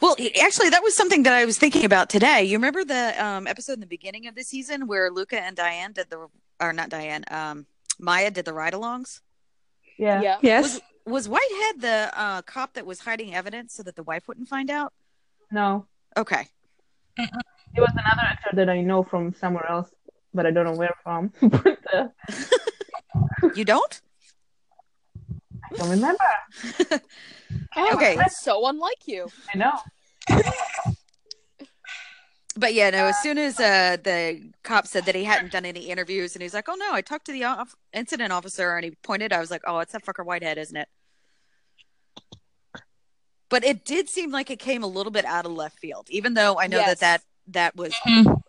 [SPEAKER 2] Well, e- actually, that was something that I was thinking about today. You remember the um, episode in the beginning of the season where Luca and Diane did the, or not Diane, um, Maya did the ride alongs?
[SPEAKER 3] Yeah.
[SPEAKER 1] Yeah.
[SPEAKER 4] [LAUGHS] Yes.
[SPEAKER 2] Was Whitehead the uh, cop that was hiding evidence so that the wife wouldn't find out?
[SPEAKER 3] no,
[SPEAKER 2] Okay.
[SPEAKER 3] it was another actor that I know from somewhere else, but I don't know where from. [LAUGHS] but, uh,
[SPEAKER 2] You don't?
[SPEAKER 3] I don't remember.
[SPEAKER 2] Okay.
[SPEAKER 1] That's so unlike you.
[SPEAKER 3] I know.
[SPEAKER 2] But yeah, no. As soon as uh, the cop said that he hadn't done any interviews, and he's like, "Oh no, I talked to the off- incident officer," and he pointed, I was like, "Oh, it's that fucker Whitehead, isn't it?" But it did seem like it came a little bit out of left field, even though I know
[SPEAKER 1] Yes.
[SPEAKER 2] that that that was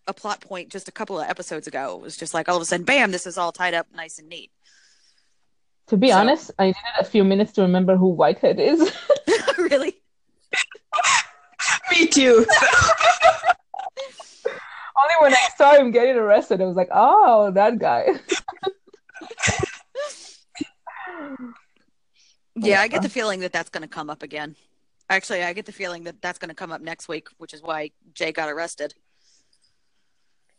[SPEAKER 2] a plot point just a couple of episodes ago. It was just like all of a sudden, bam, this is all tied up, nice and neat. [LAUGHS]
[SPEAKER 3] To be
[SPEAKER 2] So-
[SPEAKER 3] honest, I needed a few minutes to remember who Whitehead is. [LAUGHS]
[SPEAKER 2] really?
[SPEAKER 4] Me too.
[SPEAKER 3] Only when I saw him getting arrested, I was like, oh, that guy.
[SPEAKER 2] Yeah, I get the feeling that that's going to come up again. Actually, I get the feeling that that's going to come up next week, which is why Jay got arrested.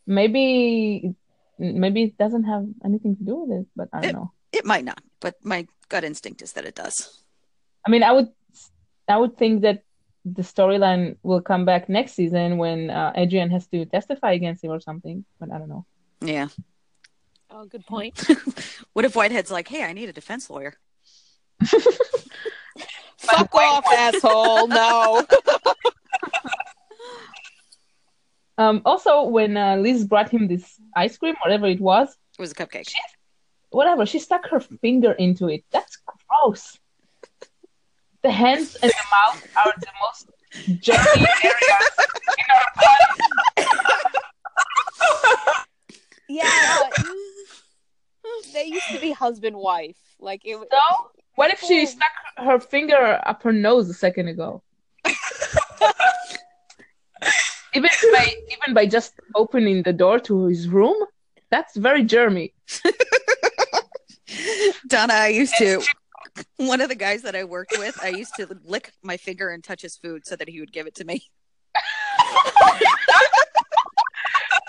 [SPEAKER 3] Maybe, maybe it doesn't have anything to do with it, but I don't
[SPEAKER 2] It-
[SPEAKER 3] know.
[SPEAKER 2] It might not, but my gut instinct is that it does.
[SPEAKER 3] I mean, I would, I would think that the storyline will come back next season when uh, Adrian has to testify against him or something, but I don't know.
[SPEAKER 2] Yeah.
[SPEAKER 1] Oh, good point.
[SPEAKER 2] What if Whitehead's like, "Hey, I need a defense lawyer."
[SPEAKER 1] Fuck off, asshole. No.
[SPEAKER 3] Um, also, when uh, Liz brought him this ice cream, whatever it was,
[SPEAKER 2] It was a cupcake.
[SPEAKER 3] whatever, she stuck her finger into it. That's gross. The hands and the mouth are the most [LAUGHS] dirty areas in our body.
[SPEAKER 1] Yeah, but they used to be husband wife. Like it.
[SPEAKER 3] So, what if she stuck her finger up her nose a second ago? even by even by just opening the door to his room, that's very germy.
[SPEAKER 2] [LAUGHS] Donna, I used to. One of the guys that I worked with, I used to lick my finger and touch his food so that he would give it to me. [LAUGHS]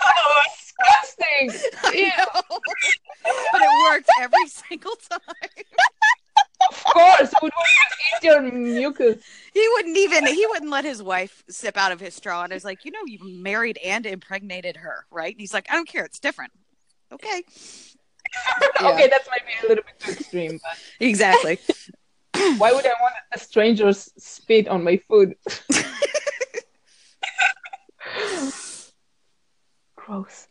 [SPEAKER 3] Oh, disgusting!
[SPEAKER 2] I know. but it worked every [LAUGHS] single time.
[SPEAKER 3] Of course, would eat your mucus?
[SPEAKER 2] He wouldn't even he wouldn't let his wife sip out of his straw. And I was like, you know, you married and impregnated her, right? And he's like, I don't care, it's different. Okay.
[SPEAKER 3] Okay, that's maybe a little bit too extreme.
[SPEAKER 2] [LAUGHS] Exactly.
[SPEAKER 3] Why would I want a stranger's spit on my food? Gross.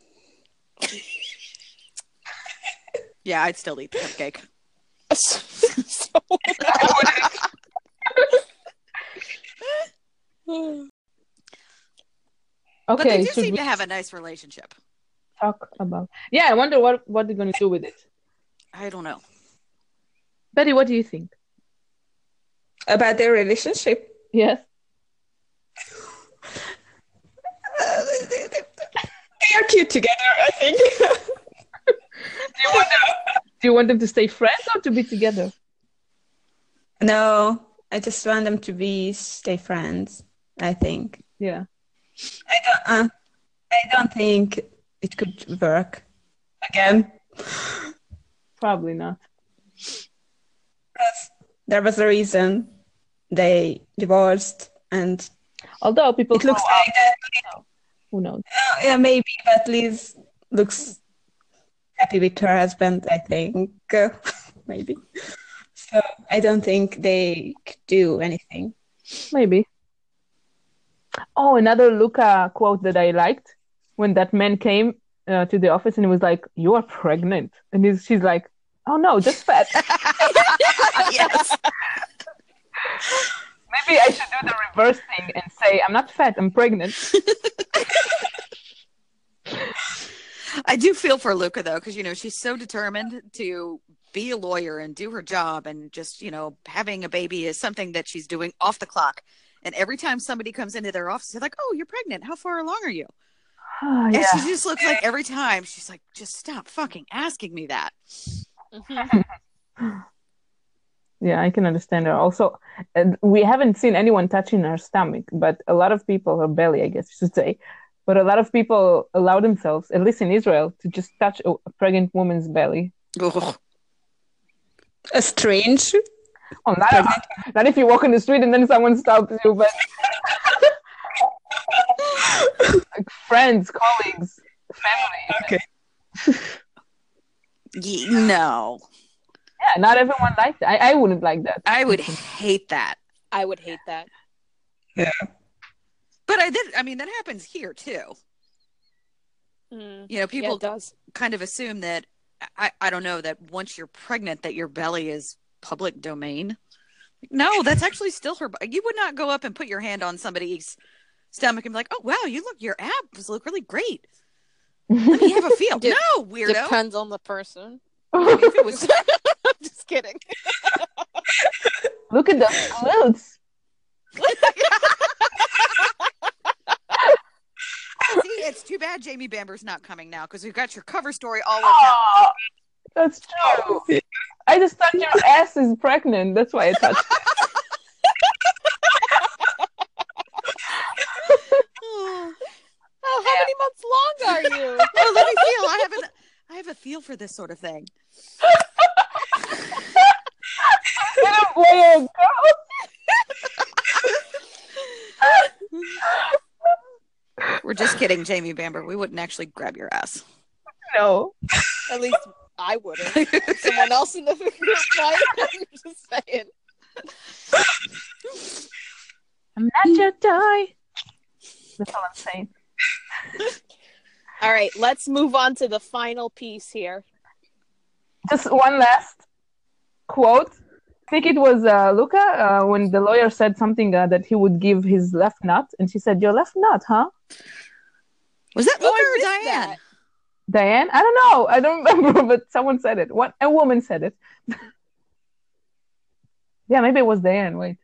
[SPEAKER 2] yeah, I'd still eat the cupcake.
[SPEAKER 1] so.
[SPEAKER 2] But they
[SPEAKER 3] Okay,
[SPEAKER 2] do
[SPEAKER 3] should
[SPEAKER 2] seem
[SPEAKER 3] we
[SPEAKER 2] to have a nice relationship.
[SPEAKER 3] talk about? Yeah, I wonder what what they're gonna do with it.
[SPEAKER 2] I don't know. [LAUGHS]
[SPEAKER 3] Betty, what do you think?
[SPEAKER 4] About their relationship.
[SPEAKER 3] Yes.
[SPEAKER 4] Uh, they they are cute together, I think. [LAUGHS]
[SPEAKER 3] Do you want them to stay friends or to be together?
[SPEAKER 4] no, I just want them to be stay friends. I think.
[SPEAKER 3] Yeah.
[SPEAKER 4] I don't. Uh, I don't think it could work. Again,
[SPEAKER 3] Probably not.
[SPEAKER 4] 'Cause there was a reason they divorced, and
[SPEAKER 3] Although people
[SPEAKER 4] it looks
[SPEAKER 3] grow up,
[SPEAKER 4] like that.
[SPEAKER 3] who knows?
[SPEAKER 4] Uh, yeah, maybe, but Liz looks happy with her husband, I think. [LAUGHS] Uh, maybe. So I don't think they could do anything.
[SPEAKER 3] Maybe. Oh, another Luca quote that I liked when that man came uh, to the office and he was like, "You are pregnant," and he's, she's like, "Oh no, just fat." [LAUGHS]
[SPEAKER 2] yes.
[SPEAKER 3] Maybe I should do the reverse thing and say, "I'm not fat, I'm pregnant." [SIGHS]
[SPEAKER 2] I do feel for Luca though, because you know she's so determined to be a lawyer and do her job, and just you know having a baby is something that she's doing off the clock. And every time somebody comes into their office, they're like, "Oh, you're pregnant. How far along are you?"
[SPEAKER 3] Oh,
[SPEAKER 2] And
[SPEAKER 3] yeah.
[SPEAKER 2] she just looks like every time she's like, "Just stop fucking asking me that."
[SPEAKER 3] Yeah, I can understand her. Also, and we haven't seen anyone touching her stomach, but a lot of people, her belly, I guess you should say, but a lot of people allow themselves, at least in Israel, to just touch a, a pregnant woman's belly.
[SPEAKER 2] Ugh.
[SPEAKER 4] A strange.
[SPEAKER 3] Oh, not, not if you walk in the street and then someone stops you, but [LAUGHS] like friends, colleagues, family.
[SPEAKER 4] Okay.
[SPEAKER 2] Ye- no,
[SPEAKER 3] Yeah, not everyone likes that. I, I wouldn't like that. [LAUGHS]
[SPEAKER 2] I would hate that.
[SPEAKER 1] I would hate that.
[SPEAKER 2] But I did. I mean, that happens here too.
[SPEAKER 1] Mm.
[SPEAKER 2] You know,
[SPEAKER 1] Yeah,
[SPEAKER 2] people
[SPEAKER 1] it does.
[SPEAKER 2] kind of assume that I, I don't know that once you're pregnant that your belly is public domain. No, that's actually still her. bu- You would not go up and put your hand on somebody's stomach and be like, "Oh wow, you look your abs look really great. Let me have a
[SPEAKER 1] [LAUGHS]
[SPEAKER 2] feel."
[SPEAKER 1] Dep-
[SPEAKER 2] no, weirdo.
[SPEAKER 1] Depends on the person.
[SPEAKER 2] I mean, if
[SPEAKER 1] [LAUGHS]
[SPEAKER 2] it was
[SPEAKER 1] I'm just kidding.
[SPEAKER 3] Look at those glutes.
[SPEAKER 2] [LAUGHS] See, it's too bad Jamie Bamber's not coming now because we've got your cover story all worked out.
[SPEAKER 3] Oh, that's true. I just thought your ass is pregnant. That's why
[SPEAKER 2] [LAUGHS]
[SPEAKER 3] I touched. it.
[SPEAKER 2] oh,
[SPEAKER 1] Oh, how many months long are you?
[SPEAKER 2] let me feel. I have an I have a feel for this sort of thing.
[SPEAKER 3] Is it a boy or a girl?
[SPEAKER 2] We're just kidding, Jamie Bamber. We wouldn't actually grab your ass. [LAUGHS]
[SPEAKER 3] No.
[SPEAKER 1] At least I wouldn't. [LAUGHS] Someone else in the [LAUGHS] group might. I'm just saying.
[SPEAKER 3] I'm not your toy. That's all I'm saying.
[SPEAKER 1] All right, let's move on to the final piece here.
[SPEAKER 3] just one last quote. I think it was uh, Luca uh, when the lawyer said something uh, that he would give his left nut, and she said, "Your left nut, huh?"
[SPEAKER 2] Was that
[SPEAKER 1] Oh,
[SPEAKER 2] Luca
[SPEAKER 1] I
[SPEAKER 2] or
[SPEAKER 1] missed
[SPEAKER 2] Diane?
[SPEAKER 1] that.
[SPEAKER 3] Diane, I don't know, I don't [LAUGHS] remember, but someone said it. What a woman said it. [LAUGHS] yeah, maybe it was Diane. Wait,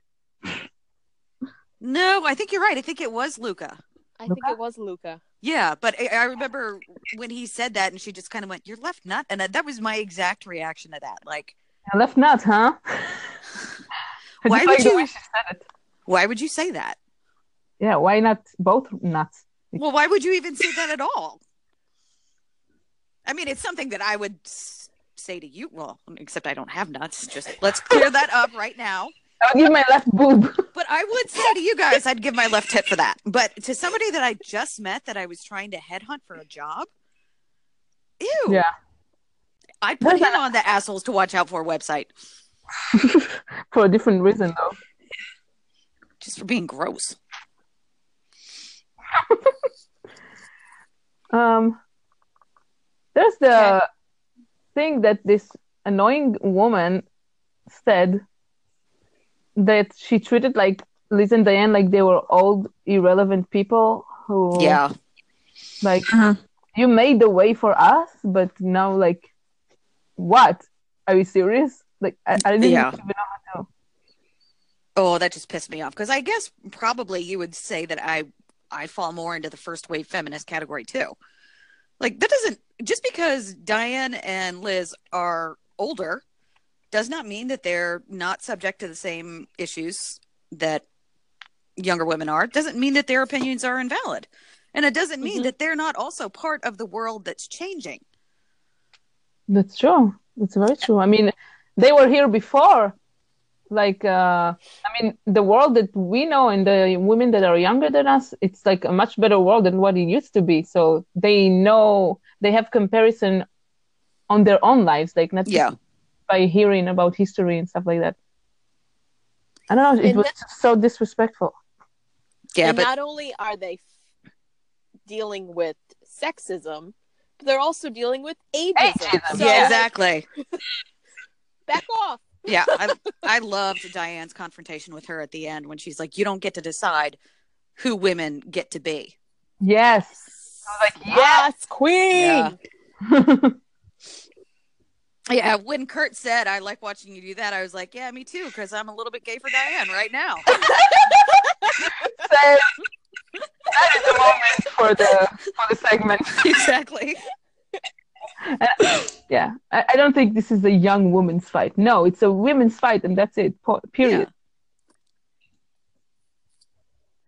[SPEAKER 2] No, I think you're right. I think it was Luca.
[SPEAKER 1] I think
[SPEAKER 3] Luca?
[SPEAKER 1] it was Luca.
[SPEAKER 2] Yeah, but I, I remember when he said that, and she just kind of went, "Your left nut," and that, that was my exact reaction to that. Like,
[SPEAKER 3] your left nut, huh? [LAUGHS] I
[SPEAKER 2] Why
[SPEAKER 3] just
[SPEAKER 2] would
[SPEAKER 3] like the
[SPEAKER 2] you-
[SPEAKER 3] way she said it.
[SPEAKER 2] why would you say that?
[SPEAKER 3] Yeah, why not both nuts?
[SPEAKER 2] Well, why would you even say that at all? I mean, it's something that I would s- say to you. Well, except I don't have nuts. Just let's clear that up right now.
[SPEAKER 3] I would give my left boob.
[SPEAKER 2] But I would say to you guys, I'd give my left hip for that. But to somebody that I just met that I was trying to headhunt for a job, ew.
[SPEAKER 3] [LAUGHS] Yeah.
[SPEAKER 2] I'd put
[SPEAKER 3] There's
[SPEAKER 1] [LAUGHS]
[SPEAKER 2] him on the assholes to watch out for website
[SPEAKER 3] For a different reason, though.
[SPEAKER 2] just for being gross.
[SPEAKER 3] Um, there's the
[SPEAKER 1] Okay.
[SPEAKER 3] thing that this annoying woman said that she treated like Liz and Diane like they were old, irrelevant people
[SPEAKER 1] Oh.
[SPEAKER 3] who,
[SPEAKER 2] Yeah.
[SPEAKER 3] like,
[SPEAKER 4] Mhm.
[SPEAKER 3] you made the way for us, but now, like, what? Are you serious? Like, I, I didn't
[SPEAKER 2] Yeah.
[SPEAKER 3] even know how to.
[SPEAKER 2] Oh, that just pissed me off because I guess probably you would say that I I fall more into the first wave feminist category too. Like that doesn't just because Diane and Liz are older does not mean that they're not subject to the same issues that younger women are. It doesn't mean that their opinions are invalid. And it doesn't mean
[SPEAKER 1] Mhm.
[SPEAKER 2] that they're not also part of the world that's changing.
[SPEAKER 1] [LAUGHS]
[SPEAKER 3] That's true. That's very true. I mean, they were here before. Like, uh, I mean, the world that we know and the women that are younger than us, it's like a much better world than what it used to be. So they know they have comparison on their own lives, like not just
[SPEAKER 2] Yeah.
[SPEAKER 3] by hearing about history and stuff like that. I don't know. It
[SPEAKER 1] And
[SPEAKER 3] was just so disrespectful.
[SPEAKER 2] Yeah,
[SPEAKER 1] and
[SPEAKER 2] but
[SPEAKER 1] not only are they f- dealing with sexism, but they're also dealing with ageism.
[SPEAKER 3] Ageism,
[SPEAKER 1] So,
[SPEAKER 2] yeah,
[SPEAKER 1] like,
[SPEAKER 2] exactly.
[SPEAKER 1] Back off.
[SPEAKER 2] yeah i i loved diane's confrontation with her at the end when she's like you don't get to decide who women get to be
[SPEAKER 3] Yes.
[SPEAKER 1] [LAUGHS] Yes, queen.
[SPEAKER 2] Yeah. yeah when kurt said i like watching you do that i was like yeah me too because i'm a little bit gay for diane right
[SPEAKER 1] [LAUGHS]
[SPEAKER 2] now
[SPEAKER 3] So that is the moment for the for the segment.
[SPEAKER 2] exactly
[SPEAKER 3] Yeah, I, I don't think this is a young woman's fight. No, it's a women's fight, and that's it. Po- period.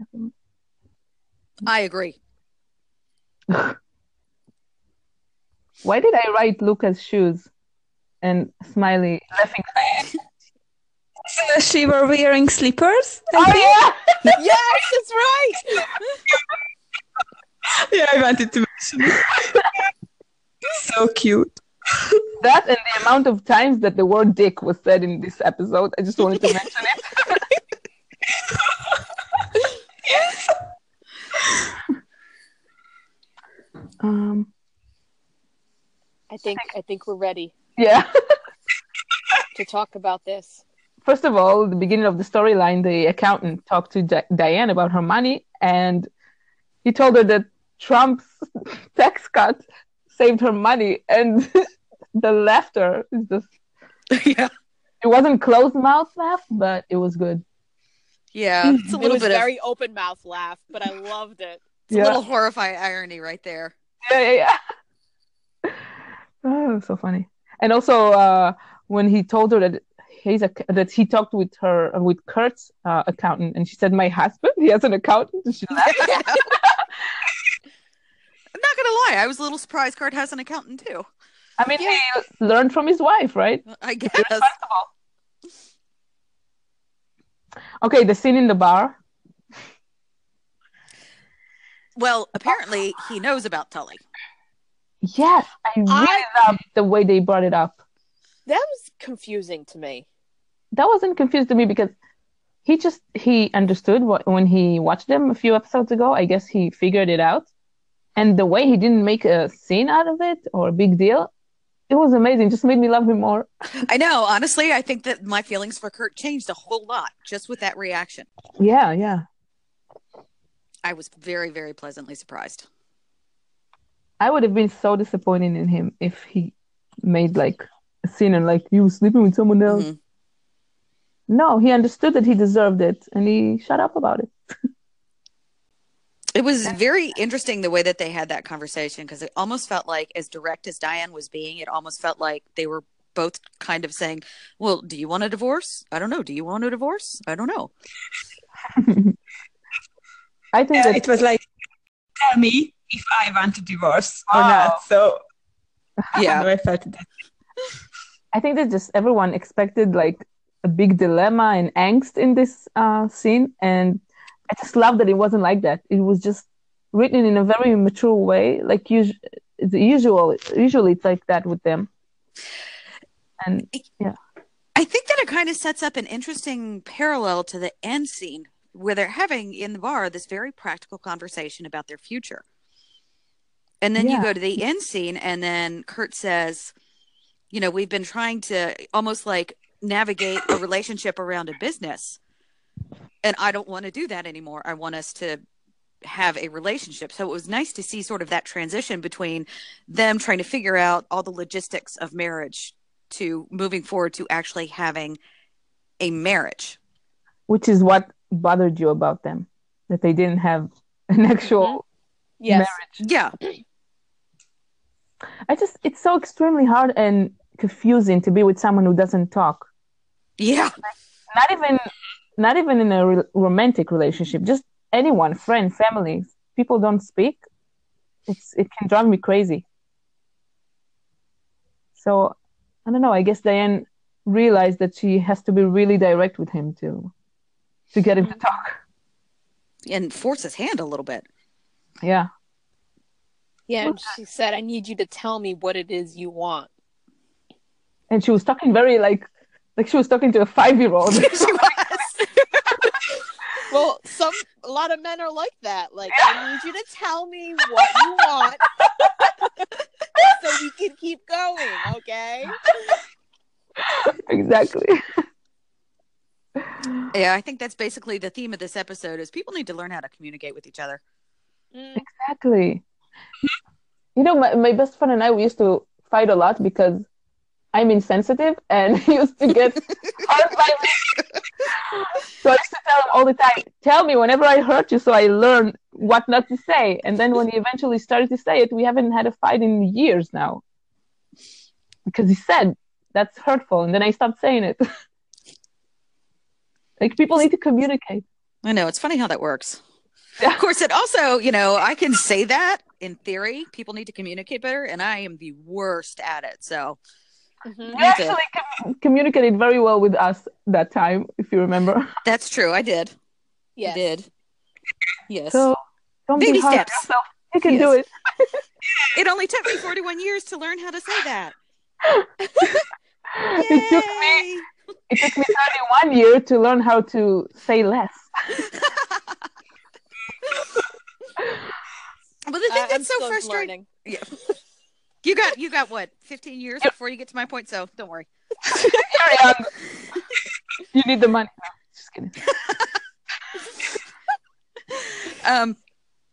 [SPEAKER 1] Mm-hmm.
[SPEAKER 2] i agree [LAUGHS]
[SPEAKER 3] Why did I write Luca's shoes and smiley laughing?
[SPEAKER 4] So she were Uh, wearing slippers?
[SPEAKER 3] [LAUGHS] Oh yeah,
[SPEAKER 1] yes, that's right.
[SPEAKER 4] [LAUGHS] yeah, I wanted to mention it. [LAUGHS] so cute.
[SPEAKER 3] that and the amount of times that the word "dick" was said in this episode. I just wanted to mention it. [LAUGHS] um.
[SPEAKER 1] I think I think we're ready
[SPEAKER 3] Yeah.
[SPEAKER 1] to talk about this.
[SPEAKER 3] First of all, the beginning of the storyline, the accountant talked to Di- Diane about her money, and he told her that Trump's [LAUGHS] tax cut saved her money. And [LAUGHS] the laughter is just,
[SPEAKER 2] yeah
[SPEAKER 3] it wasn't closed mouth laugh, but it was good.
[SPEAKER 2] yeah it's a
[SPEAKER 1] It
[SPEAKER 2] little
[SPEAKER 1] was
[SPEAKER 2] bit
[SPEAKER 1] very open mouth laugh, but I loved it.
[SPEAKER 2] It's a little horrified irony right there.
[SPEAKER 3] yeah, yeah, [LAUGHS] yeah. Oh, so funny. And also, uh, when he told her that he's a, that he talked with her with Kurt's uh, accountant, and she said, "My husband, he has an accountant." [LAUGHS] And she laughed.
[SPEAKER 2] I'm not gonna lie, I was a little surprised. Card has an accountant too.
[SPEAKER 3] I mean, he learned from his wife, right?
[SPEAKER 1] [LAUGHS]
[SPEAKER 2] I guess.
[SPEAKER 3] Okay, the scene in the bar.
[SPEAKER 2] Well, apparently he knows about Tully.
[SPEAKER 3] Yes, I really love the way they brought it up.
[SPEAKER 1] That was confusing to me.
[SPEAKER 3] That wasn't confused to me because he just he understood what, when he watched them a few episodes ago. I guess he figured it out, and the way he didn't make a scene out of it or a big deal, it was amazing. Just made me love him more.
[SPEAKER 2] I know. Honestly, I think that my feelings for Kurt changed a whole lot just with that reaction.
[SPEAKER 3] Yeah, yeah.
[SPEAKER 2] I was very, very pleasantly surprised.
[SPEAKER 3] I would have been so disappointed in him if he made like a scene and like you were sleeping with someone else.
[SPEAKER 2] Mhm.
[SPEAKER 3] No, he understood that he deserved it and he shut up about it.
[SPEAKER 2] It was very interesting the way that they had that conversation because it almost felt like, as direct as Diane was being, it almost felt like they were both kind of saying, Well, do you want a divorce? I don't know. Do you want a divorce? I don't know.
[SPEAKER 3] I think
[SPEAKER 4] Yeah,
[SPEAKER 3] that
[SPEAKER 4] it was like, tell me if I want a divorce or
[SPEAKER 3] Wow.
[SPEAKER 4] not. So
[SPEAKER 2] Yeah.
[SPEAKER 4] I felt that.
[SPEAKER 3] I think that just everyone expected like a big dilemma and angst in this uh, scene, and I just love that it wasn't like that. It was just written in a very mature way, like us- the usual. Usually, it's like that with them. And
[SPEAKER 2] I think that it kind of sets up an interesting parallel to the end scene where they're having in the bar this very practical conversation about their future. And then
[SPEAKER 3] Yeah.
[SPEAKER 2] you go to the end scene, and then Kurt says, You know, we've been trying to almost like navigate a relationship around a business. And I don't want to do that anymore. I want us to have a relationship. So it was nice to see sort of that transition between them trying to figure out all the logistics of marriage to moving forward to actually having a marriage.
[SPEAKER 3] which is what bothered you about them, that they didn't have an [LAUGHS] actual
[SPEAKER 1] Yes.
[SPEAKER 3] marriage.
[SPEAKER 2] Yeah.
[SPEAKER 3] I just it's so extremely hard and confusing to be with someone who doesn't talk.
[SPEAKER 2] Yeah.
[SPEAKER 3] not even not even in a re- romantic relationship just anyone friend family people don't speak it's it can drive me crazy so i don't know i guess diane realized that she has to be really direct with him to to get him to talk
[SPEAKER 2] And force his hand a little bit. [LAUGHS]
[SPEAKER 3] yeah
[SPEAKER 1] Yeah, and she said, I need you to tell me what it is you want.
[SPEAKER 3] and she was talking very like like she was talking to a five year old
[SPEAKER 2] She was.
[SPEAKER 1] Well, some a lot of men are like that. Like, I need you to tell me what you want [LAUGHS] so we can keep going, okay?
[SPEAKER 3] [LAUGHS] exactly
[SPEAKER 2] yeah, I think that's basically the theme of this episode is people need to learn how to communicate with each other.
[SPEAKER 1] Mm,
[SPEAKER 3] Exactly. You know, my, my best friend and I, we used to fight a lot because I'm insensitive and [LAUGHS] he used to get hurt by me. So I used to tell him all the time, tell me whenever I hurt you so I learn what not to say. And then when he eventually started to say it, we haven't had a fight in years now. Because he said that's hurtful. And then I stopped saying it. [LAUGHS] Like people need to communicate.
[SPEAKER 2] I know, it's funny how that works.
[SPEAKER 3] Yeah.
[SPEAKER 2] Of course, it also, you know, I can say that in theory, people need to communicate better, and I am the worst at it. So
[SPEAKER 1] mhm.
[SPEAKER 3] You actually com- communicated very well with us that time, if you remember.
[SPEAKER 2] that's true. I did. I
[SPEAKER 1] Yes.
[SPEAKER 2] did. Yes.
[SPEAKER 3] So don't
[SPEAKER 2] Baby
[SPEAKER 3] be hard on
[SPEAKER 2] steps.
[SPEAKER 3] yourself. You can
[SPEAKER 2] Yes.
[SPEAKER 3] do it.
[SPEAKER 2] It only took me 41 years to learn how to say that.
[SPEAKER 3] It took me
[SPEAKER 2] Yay!
[SPEAKER 3] it took me 31 year to learn how to say less.
[SPEAKER 2] Well, the thing
[SPEAKER 1] I-
[SPEAKER 2] that's
[SPEAKER 1] I'm
[SPEAKER 2] so
[SPEAKER 1] still
[SPEAKER 2] frustrating.
[SPEAKER 1] learning.
[SPEAKER 2] You got you got what? 15 years before you get to my point, so don't worry.
[SPEAKER 3] Carry on. you need the money. Just kidding.
[SPEAKER 2] Um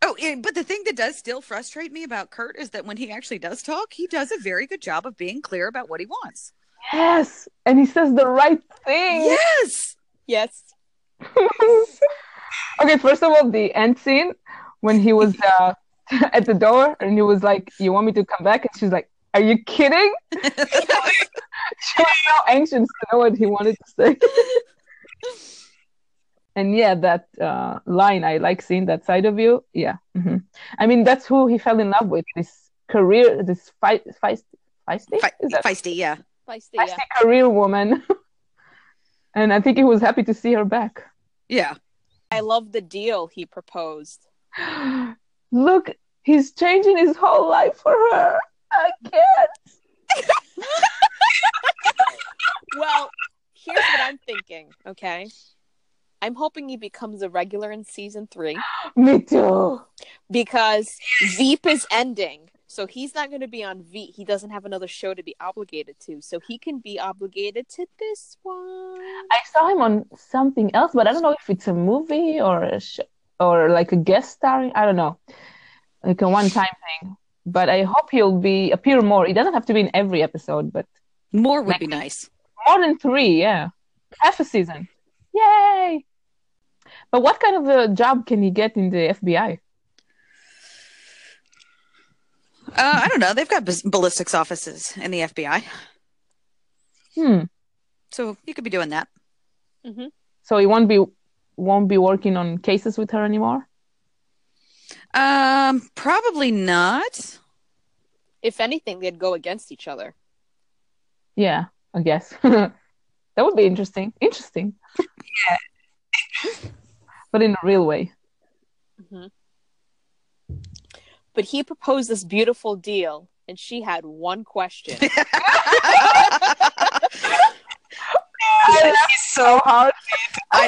[SPEAKER 2] Oh, and- but the thing that does still frustrate me about Kurt is that when he actually does talk, he does a very good job of being clear about what he wants.
[SPEAKER 3] Yes, and he says the right thing.
[SPEAKER 2] Yes.
[SPEAKER 1] Yes.
[SPEAKER 3] [LAUGHS] okay, first of all, the end scene when he was uh, [LAUGHS] at the door and he was like, "You want me to come back?" And she's like, "Are you kidding?" [LAUGHS] she was so anxious to know what he wanted to say. and yeah, that uh, line, I like seeing that side of you. Yeah, hmm I mean that's who he fell in love with. This career, this fight, feisty, feisty,
[SPEAKER 2] Fe-
[SPEAKER 3] Is that-
[SPEAKER 2] feisty, yeah.
[SPEAKER 1] Feisty,
[SPEAKER 3] feisty
[SPEAKER 1] yeah.
[SPEAKER 3] career woman. [LAUGHS] and I think he was happy to see her back. [GASPS]
[SPEAKER 2] Yeah.
[SPEAKER 1] I love the deal he proposed.
[SPEAKER 3] Look, he's changing his whole life for her. I can't.
[SPEAKER 1] Well, here's what I'm thinking, okay? I'm hoping he becomes a regular in season three
[SPEAKER 3] Me too.
[SPEAKER 1] because Veep is ending. So he's not going to be on Veep. He doesn't have another show to be obligated to. So he can be obligated to this one.
[SPEAKER 3] I saw him on something else, but I don't know if it's a movie or a sh- or like a guest starring. I don't know, like a one-time thing. But I hope he'll be appear more. It doesn't have to be in every episode, but
[SPEAKER 2] More would be nice.
[SPEAKER 3] more than three. Yeah, half a season. Yay! But what kind of a job can he get in the FBI?
[SPEAKER 2] Uh, I don't know. They've got bas- ballistics offices in the FBI.
[SPEAKER 3] Hmm.
[SPEAKER 2] So you could be doing that.
[SPEAKER 3] So he won't be won't be working on cases with her anymore.
[SPEAKER 2] Um, probably not.
[SPEAKER 1] If anything, they'd go against each other.
[SPEAKER 3] Yeah, I guess [LAUGHS] that would be interesting. Interesting. [LAUGHS] but in a real way.
[SPEAKER 1] hmm But he proposed this beautiful deal, and she had one question.
[SPEAKER 2] I,
[SPEAKER 3] I laughed so hard.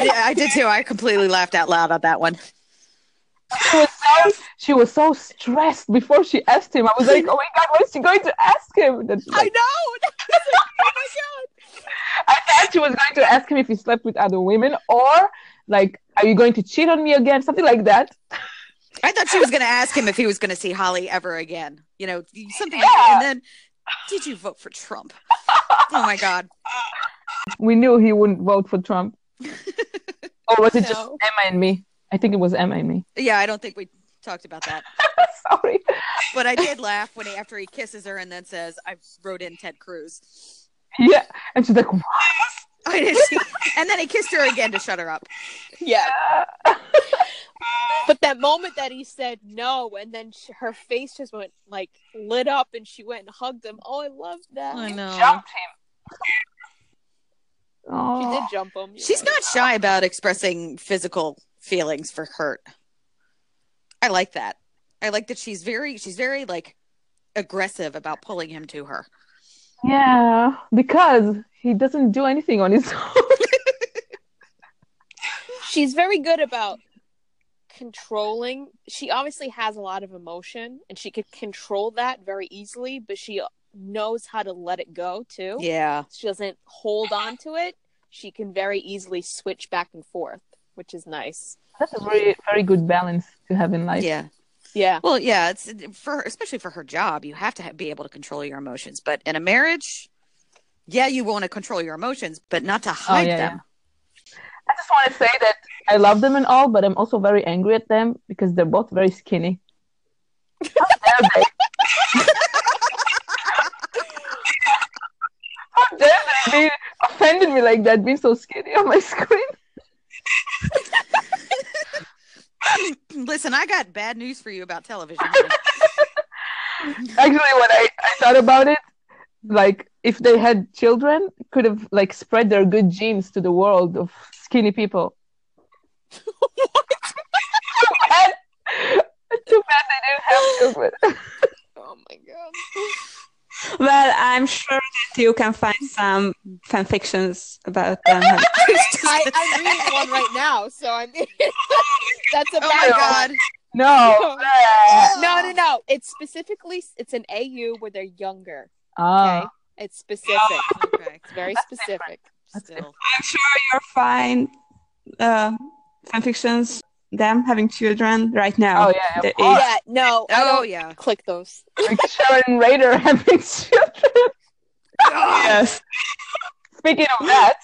[SPEAKER 2] did, I did too. I completely laughed out loud on that one.
[SPEAKER 3] She was so she was so stressed before she asked him. I was like, oh my god, what is she going to ask him? That-
[SPEAKER 1] I
[SPEAKER 3] like,
[SPEAKER 1] know. [LAUGHS] oh my god.
[SPEAKER 3] I thought she was going to ask him if he slept with other women or like, are you going to cheat on me again? Something like that.
[SPEAKER 2] I thought she was going to ask him if he was going to see Holly ever again. You know, something.
[SPEAKER 3] Yeah.
[SPEAKER 2] and then, did you vote for Trump? Oh my God.
[SPEAKER 3] We knew he wouldn't vote for Trump.
[SPEAKER 1] [LAUGHS]
[SPEAKER 3] or was it just
[SPEAKER 1] No.
[SPEAKER 3] Emma and me? I think it was Emma and me. [LAUGHS]
[SPEAKER 2] Yeah, I don't think we talked about that.
[SPEAKER 3] Sorry.
[SPEAKER 2] But I did laugh when he, after he kisses her and then says, I wrote in Ted Cruz.
[SPEAKER 3] Yeah. And she's like, what?
[SPEAKER 2] I did [LAUGHS] and then he kissed her again to shut her up.
[SPEAKER 1] Yeah. But that moment that he said no, and then sh her face just went like lit up, and she went and hugged him. Oh, I love that.
[SPEAKER 2] know.
[SPEAKER 3] Jumped him.
[SPEAKER 1] She
[SPEAKER 3] Oh.
[SPEAKER 1] did jump him. You're
[SPEAKER 2] She's
[SPEAKER 1] right.
[SPEAKER 2] not shy about expressing physical feelings for hurt. I like that. I like that she's very she's very like aggressive about pulling him to her.
[SPEAKER 3] Yeah, because he doesn't do anything on his [LAUGHS] own.
[SPEAKER 1] She's very good about controlling. She obviously has a lot of emotion, and she could control that very easily. But she knows how to let it go too.
[SPEAKER 2] Yeah.
[SPEAKER 1] she doesn't hold on to it. She can very easily switch back and forth, which is nice.
[SPEAKER 3] That's a very, very good balance to have in life.
[SPEAKER 2] Yeah.
[SPEAKER 1] Yeah.
[SPEAKER 2] Well, yeah, it's for especially for her job, you have to ha- be able to control your emotions. But in a marriage, yeah, you want to control your emotions, but not
[SPEAKER 1] Oh,
[SPEAKER 2] to hide
[SPEAKER 3] Oh, yeah,
[SPEAKER 2] them.
[SPEAKER 3] I just want to say that I love them and all, but I'm also very angry at them because they're both very skinny. How dare they? How dare they be offended me like that, being so skinny on my screen?
[SPEAKER 2] [CLEARS THROAT] Listen, I got bad news for you
[SPEAKER 1] [LAUGHS]
[SPEAKER 2] about television. honey.
[SPEAKER 3] Actually, when I, I thought about it, like if they had children, could have like spread their good genes to the world of skinny people. Too bad. Too bad they didn't have children.
[SPEAKER 1] Oh my god.
[SPEAKER 4] Well, I'm sure that you can find some fan fictions about [LAUGHS] them.
[SPEAKER 2] [LAUGHS]
[SPEAKER 1] I, I'm reading one right now, so I mean, [LAUGHS] that's a
[SPEAKER 2] oh my
[SPEAKER 1] bad
[SPEAKER 2] god.
[SPEAKER 3] [LAUGHS] No.
[SPEAKER 1] one. No, no, no. It's specifically it's an AU where they're younger. Okay,
[SPEAKER 3] Ah,
[SPEAKER 1] it's specific.
[SPEAKER 2] Okay.
[SPEAKER 1] It's very specific.
[SPEAKER 2] Still.
[SPEAKER 4] I'm sure you'll find uh, fan fictions them having children right now.
[SPEAKER 3] Oh, yeah, of
[SPEAKER 4] The
[SPEAKER 3] course.
[SPEAKER 4] age-
[SPEAKER 1] Yeah. No. I
[SPEAKER 2] Oh
[SPEAKER 1] don't
[SPEAKER 2] yeah.
[SPEAKER 1] click those.
[SPEAKER 3] like Sharon Rader [LAUGHS] having children.
[SPEAKER 4] [LAUGHS] yes.
[SPEAKER 3] Speaking of that,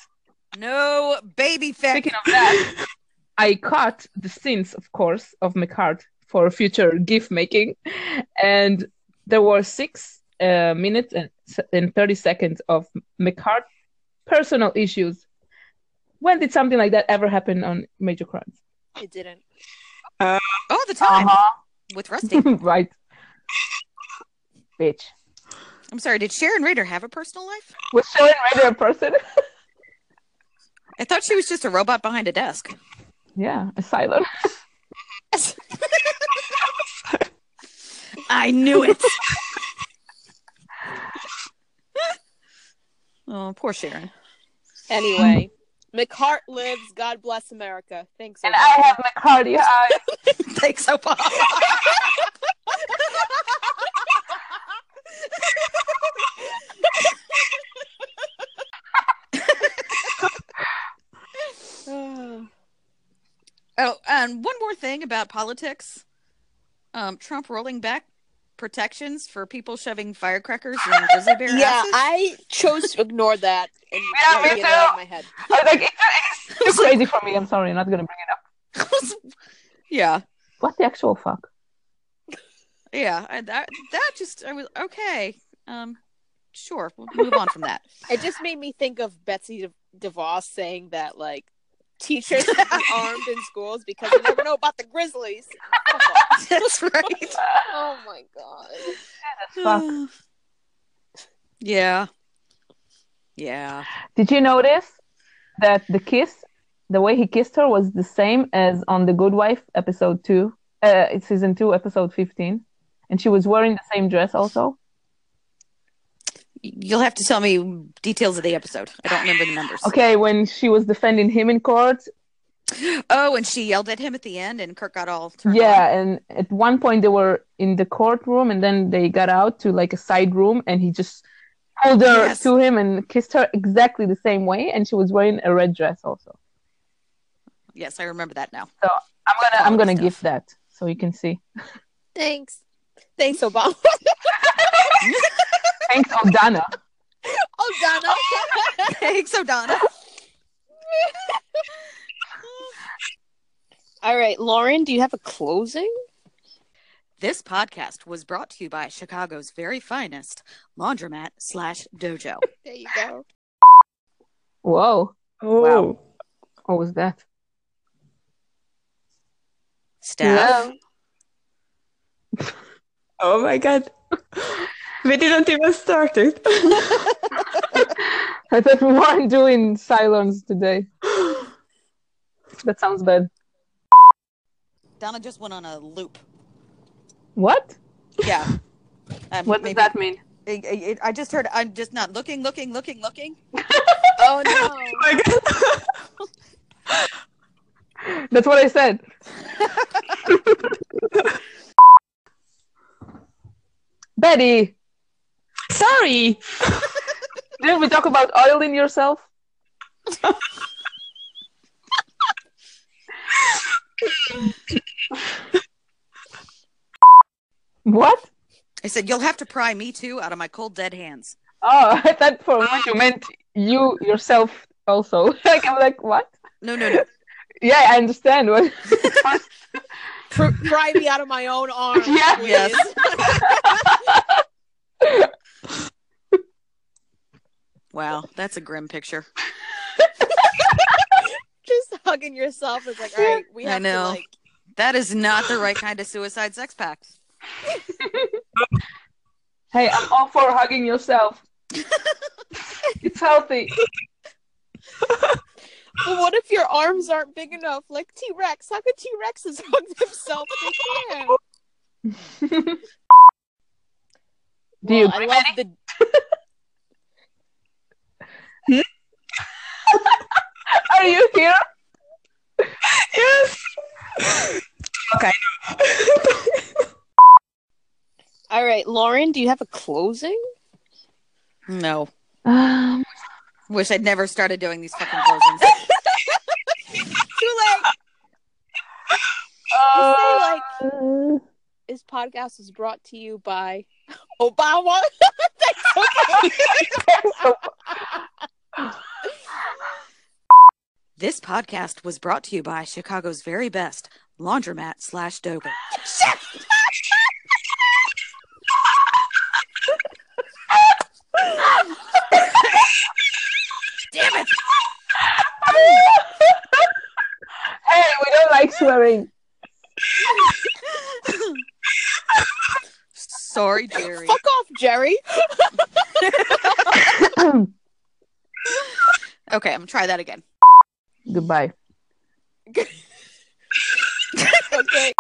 [SPEAKER 2] No baby feck.
[SPEAKER 3] speaking of that, I caught the scenes, of course, of McCart for future GIF making. And there were six uh, minutes and, and 30 seconds of McCart personal issues. When did something like that ever happen on Major Crimes?
[SPEAKER 1] It didn't.
[SPEAKER 2] All the time
[SPEAKER 1] Uh-huh.
[SPEAKER 3] Uh-huh.
[SPEAKER 1] [LAUGHS]
[SPEAKER 2] with Rusty.
[SPEAKER 3] [LAUGHS] right. Bitch.
[SPEAKER 2] I'm sorry. Did Sharon Reader have a personal life?
[SPEAKER 3] Was Sharon Ryder a person? [LAUGHS]
[SPEAKER 2] I thought she was just a robot behind a desk.
[SPEAKER 3] yeah, asylum.
[SPEAKER 2] I knew it. [LAUGHS] oh, poor Sharon.
[SPEAKER 1] [LAUGHS] Anyway, McHart lives. God bless America. Thanks.
[SPEAKER 3] And
[SPEAKER 1] Obama.
[SPEAKER 3] I have McCarty eyes.
[SPEAKER 2] [LAUGHS] Thanks, Obama. [LAUGHS]
[SPEAKER 1] [LAUGHS] [SIGHS]
[SPEAKER 2] Oh, and one more thing about politics. Um, Trump rolling back protections for people shoving firecrackers in grizzly [LAUGHS] bear
[SPEAKER 1] yeah,
[SPEAKER 2] asses.
[SPEAKER 1] I chose to ignore that [LAUGHS] and
[SPEAKER 3] Yeah,
[SPEAKER 1] not
[SPEAKER 3] me
[SPEAKER 1] get it out
[SPEAKER 3] too.
[SPEAKER 1] of my head.
[SPEAKER 3] I was like, [LAUGHS] it's, it's too crazy for me. I'm sorry, I'm not gonna bring it up.
[SPEAKER 2] yeah,
[SPEAKER 3] What the actual fuck?
[SPEAKER 2] yeah. I, that that just I was okay. Um, sure, we'll move on from that.
[SPEAKER 1] It just made me think of Betsy De- DeVos saying that like teachers should [LAUGHS] be armed in schools because you never know about the Grizzlies. Fuck off.
[SPEAKER 2] [LAUGHS] That's right.
[SPEAKER 1] [LAUGHS]
[SPEAKER 3] Uh,
[SPEAKER 1] oh my god.
[SPEAKER 3] Fuck.
[SPEAKER 2] yeah, yeah.
[SPEAKER 3] Did you notice that the kiss, the way he kissed her, was the same as on the Good Wife episode two, uh, it's season two, episode fifteen, and she was wearing the same dress also.
[SPEAKER 2] You'll have to tell me details of the episode. I don't remember the numbers.
[SPEAKER 3] Okay, when she was defending him in court,
[SPEAKER 2] Oh, and she yelled at him at the end, and Kirk got all turned
[SPEAKER 3] yeah, and at one point they were in the courtroom, and then they got out to like a side room, and he just pulled her
[SPEAKER 2] Yes.
[SPEAKER 3] to him and kissed her exactly the same way, and she was wearing a red dress also.
[SPEAKER 2] Yes, I remember that now. [LAUGHS]
[SPEAKER 3] I'm gonna, I'm
[SPEAKER 2] Quality
[SPEAKER 3] gonna
[SPEAKER 2] stuff.
[SPEAKER 3] give that so you can see.
[SPEAKER 1] Thanks. Thanks, Obama. [LAUGHS]
[SPEAKER 3] Thanks, Aldana.
[SPEAKER 1] oh, Donna.
[SPEAKER 2] Thanks, O'Donnell.
[SPEAKER 1] All right, Lauren, do you have a closing?
[SPEAKER 2] This podcast was brought to you by Chicago's very finest laundromat slash
[SPEAKER 3] [LAUGHS]
[SPEAKER 2] dojo.
[SPEAKER 1] There you go.
[SPEAKER 3] Whoa,
[SPEAKER 4] Oh.
[SPEAKER 3] Wow. what was that?
[SPEAKER 2] Staff,
[SPEAKER 4] Oh my god. We didn't even start it.
[SPEAKER 3] I thought we weren't doing silence today. That sounds bad.
[SPEAKER 2] Donna just went on a
[SPEAKER 3] [LAUGHS]
[SPEAKER 2] loop.
[SPEAKER 3] What?
[SPEAKER 2] Yeah. Um,
[SPEAKER 3] What
[SPEAKER 2] maybe-
[SPEAKER 3] does that mean?
[SPEAKER 2] I- I, I- I just heard. I'm just not looking, looking, looking, looking.
[SPEAKER 1] Oh no. [LAUGHS]
[SPEAKER 4] Oh my god.
[SPEAKER 3] That's what I [LAUGHS] said. Betty,
[SPEAKER 4] Sorry.
[SPEAKER 3] didn't we talk about oil in [LAUGHS] yourself? what?
[SPEAKER 2] I said, "You'll have to pry me too out of my cold dead hands."
[SPEAKER 3] Oh, [LAUGHS] I thought for a moment you meant you yourself also. [LAUGHS] like I'm like, what?
[SPEAKER 2] No, no, no.
[SPEAKER 3] Yeah, I understand. What? [LAUGHS]
[SPEAKER 1] Pr- pry me out of my own arms.
[SPEAKER 3] Yeah.
[SPEAKER 1] please. [LAUGHS]
[SPEAKER 2] Yes. Wow, that's a grim picture.
[SPEAKER 1] Just hugging yourself is like, all right, we
[SPEAKER 2] I
[SPEAKER 1] have
[SPEAKER 2] know.
[SPEAKER 1] to like
[SPEAKER 2] That is not the right kind of suicide sex pact.
[SPEAKER 3] Hey, I'm all for hugging [LAUGHS] yourself. it's healthy.
[SPEAKER 1] But what if your arms aren't big enough? Like T Rex. How could T Rexes [LAUGHS] hug themselves? They can.
[SPEAKER 3] Do you
[SPEAKER 1] Well, I love the
[SPEAKER 3] are you here?
[SPEAKER 4] Yes.
[SPEAKER 1] All right, Lauren, do you have a closing?
[SPEAKER 2] No,
[SPEAKER 3] Um,
[SPEAKER 2] wish I'd never started doing these fucking [LAUGHS] closings.
[SPEAKER 1] Too late.
[SPEAKER 3] uh,
[SPEAKER 1] This podcast is brought to you by [LAUGHS] Obama. [LAUGHS] That's okay.
[SPEAKER 2] This podcast was brought to you by Chicago's very best laundromat slash Dover. Damn it!
[SPEAKER 3] [LAUGHS] Hey, we don't like swearing.
[SPEAKER 2] Sorry, Jerry.
[SPEAKER 1] Fuck off, Jerry.
[SPEAKER 2] Okay, I'm gonna try that again.
[SPEAKER 3] Goodbye.
[SPEAKER 1] Okay.